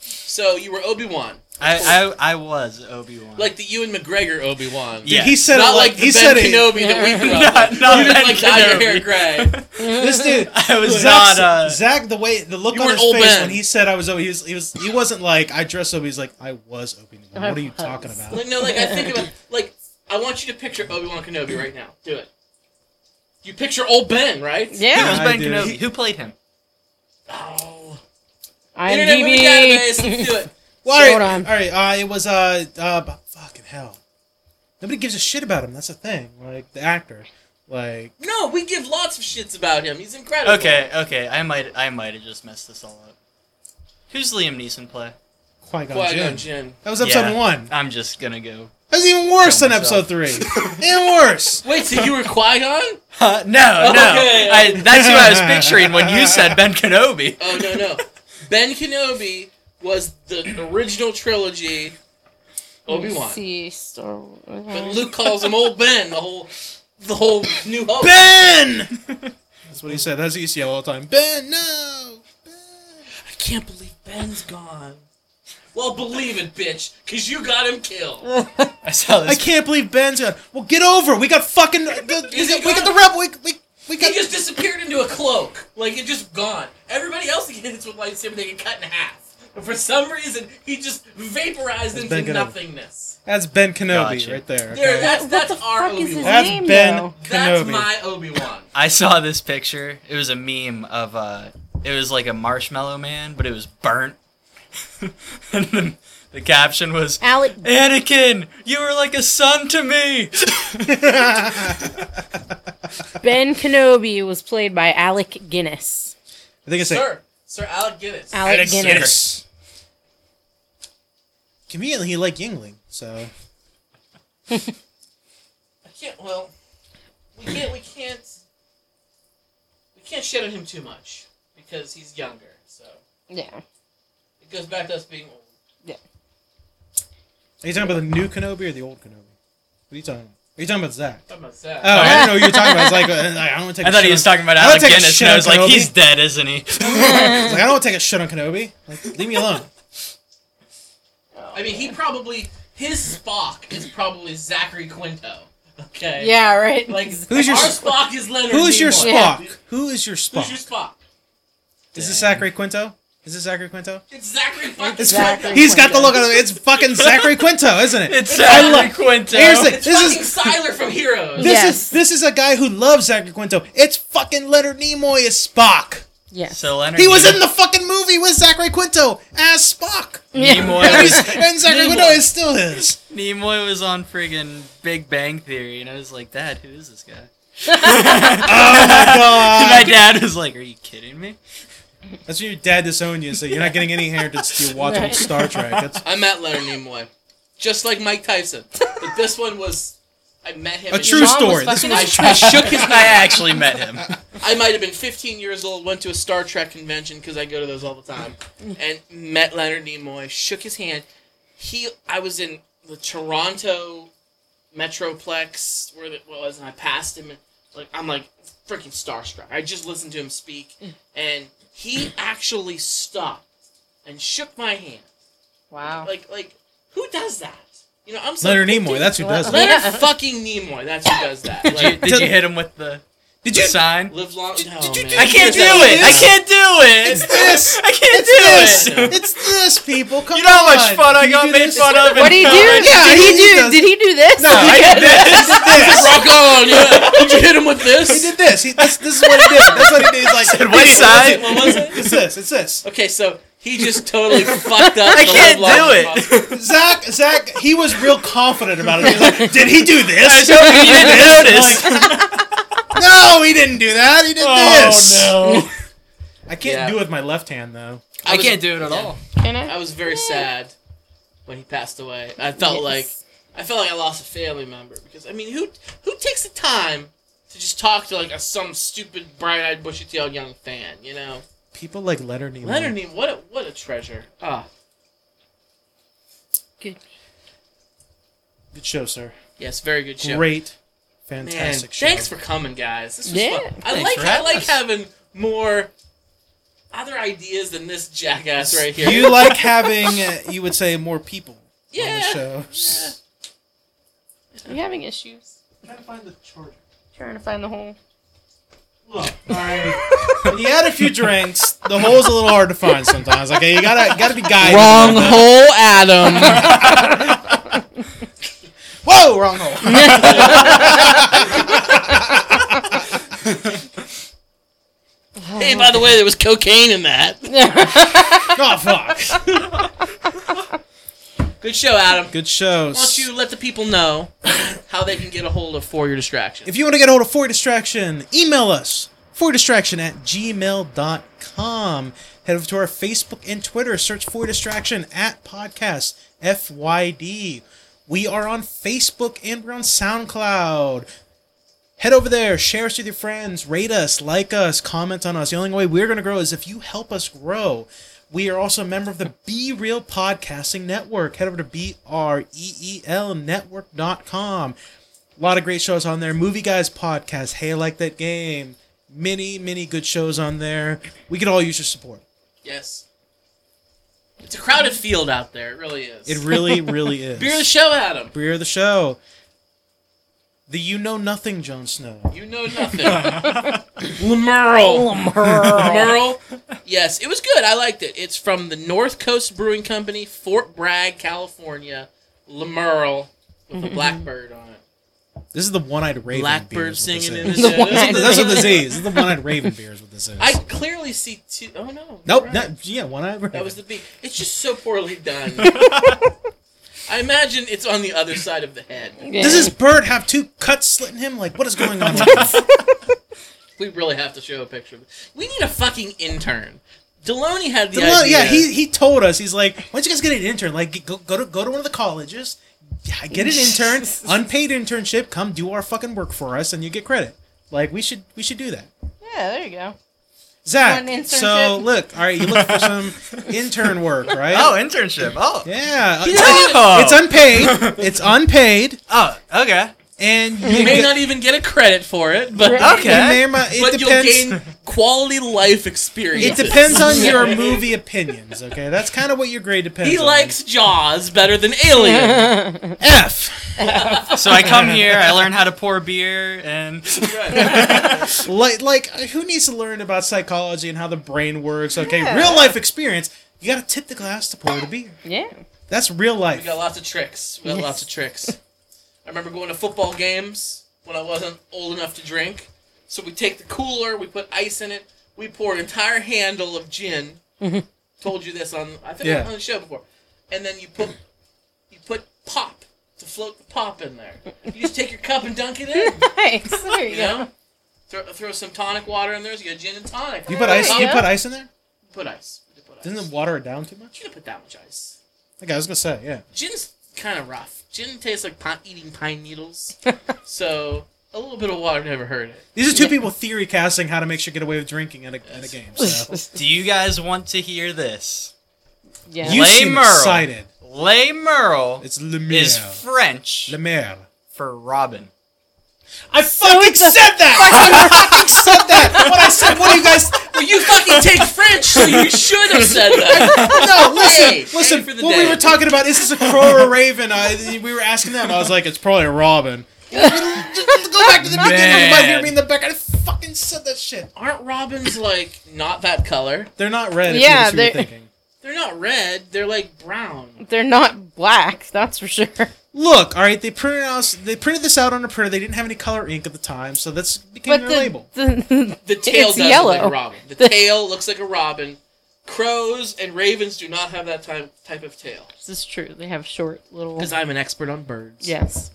C: so you were Obi Wan,
E: I, I, I was Obi-Wan.
C: like the Ewan McGregor Obi Wan.
E: Yeah.
D: He said
C: Not
D: it like,
C: like the
D: he
C: Ben
D: said it.
C: Kenobi that we grew up.
E: Not-
C: with.
E: not
C: you didn't
E: Ben
C: like dye your hair
E: Kenobi.
C: gray.
D: This dude,
E: I was
D: Zach,
E: not, uh,
D: Zach, the way the look
C: You
D: on
C: were
D: his
C: old
D: face
C: man.
D: when he said I was Obi, he was, he was he wasn't like I dress Obi. He's like I was Obi. Wan. What are you
B: I
D: talking
B: was.
D: about?
C: Like, no, like I think about like I want you to picture Obi Wan Kenobi right now. Do it. You picture old Ben, right?
E: it was
B: Yeah.
D: I
E: Ben
D: do.
E: Kenobi. Who played him?
C: Oh. Internet Movie Database.
B: IMDb.
C: Let's do it.
D: Well, all
B: Hold
D: right,
B: on.
D: all right. Uh, it was uh, uh, bu- fucking hell. Nobody gives a shit about him. That's the thing. Like the actor, like
C: No, we give lots of shits about him. He's incredible.
E: Okay, okay, I might, I might have just messed this all up. Who's Liam Neeson play?
D: Qui Gon
C: Qui-Gon
D: Jinn.
C: Jinn.
D: That was episode
E: Yeah.
D: one.
E: I'm just gonna go.
D: That was even worse
E: Kill
D: than
E: myself.
D: episode three. even worse.
C: Wait, so you were Qui Gon?
E: Huh, no, no.
C: Okay.
E: I, that's who I was picturing when you said Ben Kenobi.
C: Oh no no. ben Kenobi was the original trilogy Obi Wan.
B: See Star Wars.
C: But Luke calls him old Ben the whole the whole new hope.
D: Ben. That's what he said. That's what you see all the time. Ben, no. Ben.
C: I can't believe Ben's gone. Well believe it, bitch, cause you got him killed.
E: I saw this.
D: I can't believe Ben's gone. Well, get over. it. We got fucking. we got,
C: Is he
D: we got
C: gone?
D: the rep. We, we, we
C: He
D: got.
C: just disappeared into a cloak. Like it just gone. Everybody else he hits with lightsaber they get cut in half. But for some reason he just vaporized
D: That's Ben
C: into
D: Kenobi.
C: nothingness.
D: That's Ben Kenobi
E: Gotcha.
D: right there.
C: There,
D: okay?
C: that's
B: What
C: that's
B: the
C: our
B: fuck is
C: Obi
B: his
C: Wan.
D: That's
B: name,
D: Ben
B: though.
C: That's
D: Kenobi.
C: my Obi Wan.
E: I saw this picture. It was a meme of uh, it was like a marshmallow man, but it was burnt. and the, the caption was,
B: Alec.
E: "Anakin, you were like a son to me."
B: Ben Kenobi was played by Alec Guinness.
D: I think it's like
C: Sir, Sir Alec Guinness.
B: Alec Guinness.
D: Guinness. Conveniently, he like Yingling, so
C: I can't. Well, we can't. We can't. We can't shit on him too much because he's younger. So
B: Yeah.
C: it goes back to us being old.
D: Are you talking about the new Kenobi or the old Kenobi? What are you talking about? Are you talking about Zach?
C: Talking about that.
D: Oh, I don't know what you're talking about. It's like, uh, like, I don't want to take.
E: I
D: a
E: thought he
D: shit
E: was
D: on-
E: talking about
D: I don't
E: Alec
D: take a
E: Guinness,
D: shit
E: and I
D: on
E: was like,
D: Kenobi.
E: he's dead, isn't he?
D: It's like I don't want to take a shit on Kenobi. Like, leave me alone. Oh.
C: I mean, he probably his Spock is probably Zachary Quinto. Okay.
B: Yeah, right.
C: Like
D: Who's your
C: our
D: Sp-
C: Spock is Leonard.
D: Who's your
C: Nimoy.
B: Yeah.
D: Spock? Who is your Spock?
C: Who's your Spock?
D: Is this Zachary Quinto? Is this Zachary Quinto?
C: It's Zachary fucking
D: It's
B: Zachary
C: Quinto.
D: He's got the
B: Quinto.
D: look on him. It's fucking Zachary Quinto, isn't it?
E: It's
C: I
E: Zachary
D: love-
E: Quinto.
D: Here's the-
C: It's
D: This
C: fucking
D: is-
C: Siler from Heroes.
D: This
B: Yes.
D: is this is a guy who loves Zachary Quinto. It's fucking Leonard Nimoy as Spock.
B: Yeah.
E: So Leonard
D: He was
E: Nimoy-
D: in the fucking movie with Zachary Quinto as Spock. And, he's,
E: Nimoy.
D: and Zachary Quinto is still his.
E: Nimoy was on friggin' Big Bang Theory, and I was like, Dad, who is this guy?
D: Oh my
E: And my
D: god!
E: dad was like, Are you kidding me?
D: That's when your dad disowned you and said you're not getting any inheritance till you watch old Star Trek. That's,
C: I met Leonard Nimoy, just like Mike Tyson, but this one was. I met him.
D: a
C: in-
D: true
B: mom was
D: story. This
B: fucking
D: was
C: I,
D: true.
C: I shook his
E: I actually met him.
C: I might have been 15 years old, went to a Star Trek convention because I go to those all the time, and met Leonard Nimoy, shook his hand. He, I was in the Toronto Metroplex where it was, and I passed him, and like I'm like freaking starstruck. I just listened to him speak, and he actually stopped and shook my hand.
B: Wow.
C: Like, like who does that? You know, I'm so
D: Leonard Nimoy. That's who does it.
C: Leonard fucking Nimoy. That's who does that.
E: Did you,
C: Like,
E: did you hit him with the,
D: Did
E: the
D: you?
E: sign?
C: live long. No,
D: did you
C: man.
D: do-
E: I can't do it! I can't do it!
D: It's this.
E: I can't
D: It's
E: do
D: this.
E: it!
D: It's this. People, come
E: You know how
D: on.
E: much fun I
D: Can you
E: got
D: do
E: made
D: this?
E: fun of?
B: What did he do?
D: Yeah,
B: did
D: he
B: he, do?
D: does-
B: Did he do this?
D: No, I did this. It's this.
C: Rock on, yeah. Did you hit him with
D: He
C: this?
D: did this. He, this. This is what he did. That's what he did. He's like,
E: what
D: "Hey,
E: side?
C: What was it?
D: It's this. It's this.
C: Okay, so he just totally fucked up.
E: I
C: the
E: can't
C: lifelong
E: do
C: process.
D: Zach. Zach. He was real confident about it. He was like, did he do
E: I was
D: this?
E: hoping you didn't notice.
D: No, Oh, he didn't do that. He did this.
E: Oh, no.
D: I can't
C: Yeah.
D: do it with my left hand though.
E: I
C: was-
E: can't do it at
C: yeah.
E: all.
B: Can I?
C: I was very sad when he passed away. I felt
B: Yes.
C: like I felt like I lost a family member because I mean, who who takes the time to just talk to like a, some stupid bright-eyed, bushy-tailed young fan? You know,
D: People like Leonard
E: Mm-hmm.
D: Nimoy.
C: Leonard Nimoy, what a, what a treasure. Ah,
B: Good.
D: Good show, sir.
C: yes, very good show.
D: Great,
C: Man,
D: fantastic show.
C: thanks for coming, guys. This was
B: Yeah.
C: fun. I
E: Thanks
C: like
E: for
C: I
E: having
C: like
E: us.
C: having more other ideas than this jackass right here.
D: You like having, uh, you would say, more people on the
C: yeah.
D: show.
B: Are you having issues?
D: Trying to find the charger.
B: Trying to find the hole.
D: Look, when you add a few drinks, the hole's a little hard to find sometimes. Okay, you gotta gotta be guided.
F: Wrong hole, Adam.
D: Whoa, wrong hole.
C: Hey, by the way, there was cocaine in that.
D: oh fuck.
C: Good show, Adam.
D: Good show.
C: Why don't you let the people know how they can get a hold of For Your Distraction?
D: If you want to get a hold of For Distraction, email us fordistraction at gmail.com. Head over to our Facebook and Twitter. Search For Distraction at podcast FYD. We are on Facebook and we're on SoundCloud. Head over there, share us with your friends, rate us, like us, comment on us. The only way we're going to grow is if you help us grow. We are also a member of the Be Real Podcasting Network. Head over to B R E E L Network.com. A lot of great shows on there. Movie Guys podcast. Hey, I like that game. Many, many good shows on there. We could all use your support.
C: Yes. It's a crowded field out there. It really is.
D: It really, really is.
C: Beer the show, Adam.
D: Beer the show. The you know nothing, Jon Snow.
C: You know nothing. Lemerle. Merle. Yes, it was good. I liked it. It's from the North Coast Brewing Company, Fort Bragg, California. Lemerle with a blackbird on it.
D: This is the one-eyed raven. beer
C: Blackbird
D: is what this
C: singing in
D: is.
C: the shadows.
B: one-eyed
D: That's what this is. This is the one-eyed raven beer is what this is.
C: I clearly see two oh no.
D: nope.
C: you're right.
D: Not, yeah, one-eyed raven.
C: That was the beat. It's just so poorly done. I imagine it's on the other side of the head.
D: Does this bird have two cuts slitting him? Like, what is going on? with this?
C: We really have to show a picture. We need a fucking intern. Deloney had the
D: Delon-
C: idea.
D: yeah, he he told us. He's like, why don't you guys get an intern? Like, go go to go to one of the colleges, yeah, get an intern, unpaid internship. Come do our fucking work for us, and you get credit. Like, we should we should do that.
B: Yeah, there you go. Want an
D: Zach,
B: internship?
D: so look, all right, you look for some intern work, right?
E: Oh, internship. Oh.
D: yeah,
F: Oh.
D: it's unpaid. It's unpaid,
E: Oh, okay.
D: and
C: You
D: you
C: may
D: get-
C: not even get a credit for it, but
E: Right. Okay.
D: you may or might- it
C: but
D: depends.
C: you'll gain quality life experience.
D: It depends on your movie opinions, okay? That's kind of what your grade depends
C: He
D: on.
C: likes Jaws better than Alien.
D: F.
E: So I come here, I learn how to pour beer, and
D: Like, like who needs to learn about psychology and how the brain works? Okay,
B: Yeah.
D: real life experience. You gotta tip the glass to pour the beer.
B: Yeah.
D: That's real
C: We
D: life.
C: got lots of tricks. We got
B: Yes.
C: lots of tricks. I remember going to football games when I wasn't old enough to drink. So we take the cooler, we put ice in it, we pour an entire handle of gin. Told you this on I think
D: Mm-hmm. Yeah.
C: on the show before. And then you put you put pop to float the pop in there. You just take your cup and dunk it in.
B: Nice. There you
C: You
B: go.
C: know? Throw, throw some tonic water in there. So you got gin and tonic.
D: You put ice. You
B: Yeah.
D: put ice in there.
C: Put ice. You put ice.
D: Doesn't it water it down too much?
C: You can put that much ice.
D: Like I was gonna say, yeah.
C: gin's kind of rough. Gin tastes like pine, eating pine needles, so a little bit of water never hurt it.
D: These are two
B: Yeah.
D: people theory casting how to make sure get away with drinking at a, at a game. So.
E: do you guys want to hear this?
B: Yeah.
D: You
E: Lay
D: seem
E: Merle.
D: excited.
E: Le Merle
D: It's Lemire.
E: is French
D: Lemire.
E: for Robin.
D: I fucking said that. I fucking said that. When I said, what do you guys?
C: Well, you fucking take French, so you should have said that.
D: No, listen,
C: Hey,
D: listen.
C: hey for the
D: what we
C: day.
D: were talking about is this a crow or a raven? I, we were asking them. I was like, it's probably a robin. Just go back to the beginning. Everybody hear me in the back. I fucking said that shit.
C: Aren't robins like not that color?
D: They're not red. If
B: Yeah,
D: yeah, they're
B: they're-
D: thinking.
C: They're not red. They're like brown.
B: They're not black, that's for sure.
D: Look, all right. They printed us. They printed this out on a printer. They didn't have any color ink at the time, so that's became
B: But
D: their
B: the,
D: label.
B: the-
C: The tail
B: It's
C: does
B: yellow.
C: look like a robin. The,
B: The-
C: tail looks like a robin. Crows and ravens do not have that type type of tail.
B: this is true. They have short little.
C: Because I'm an expert on birds.
B: Yes.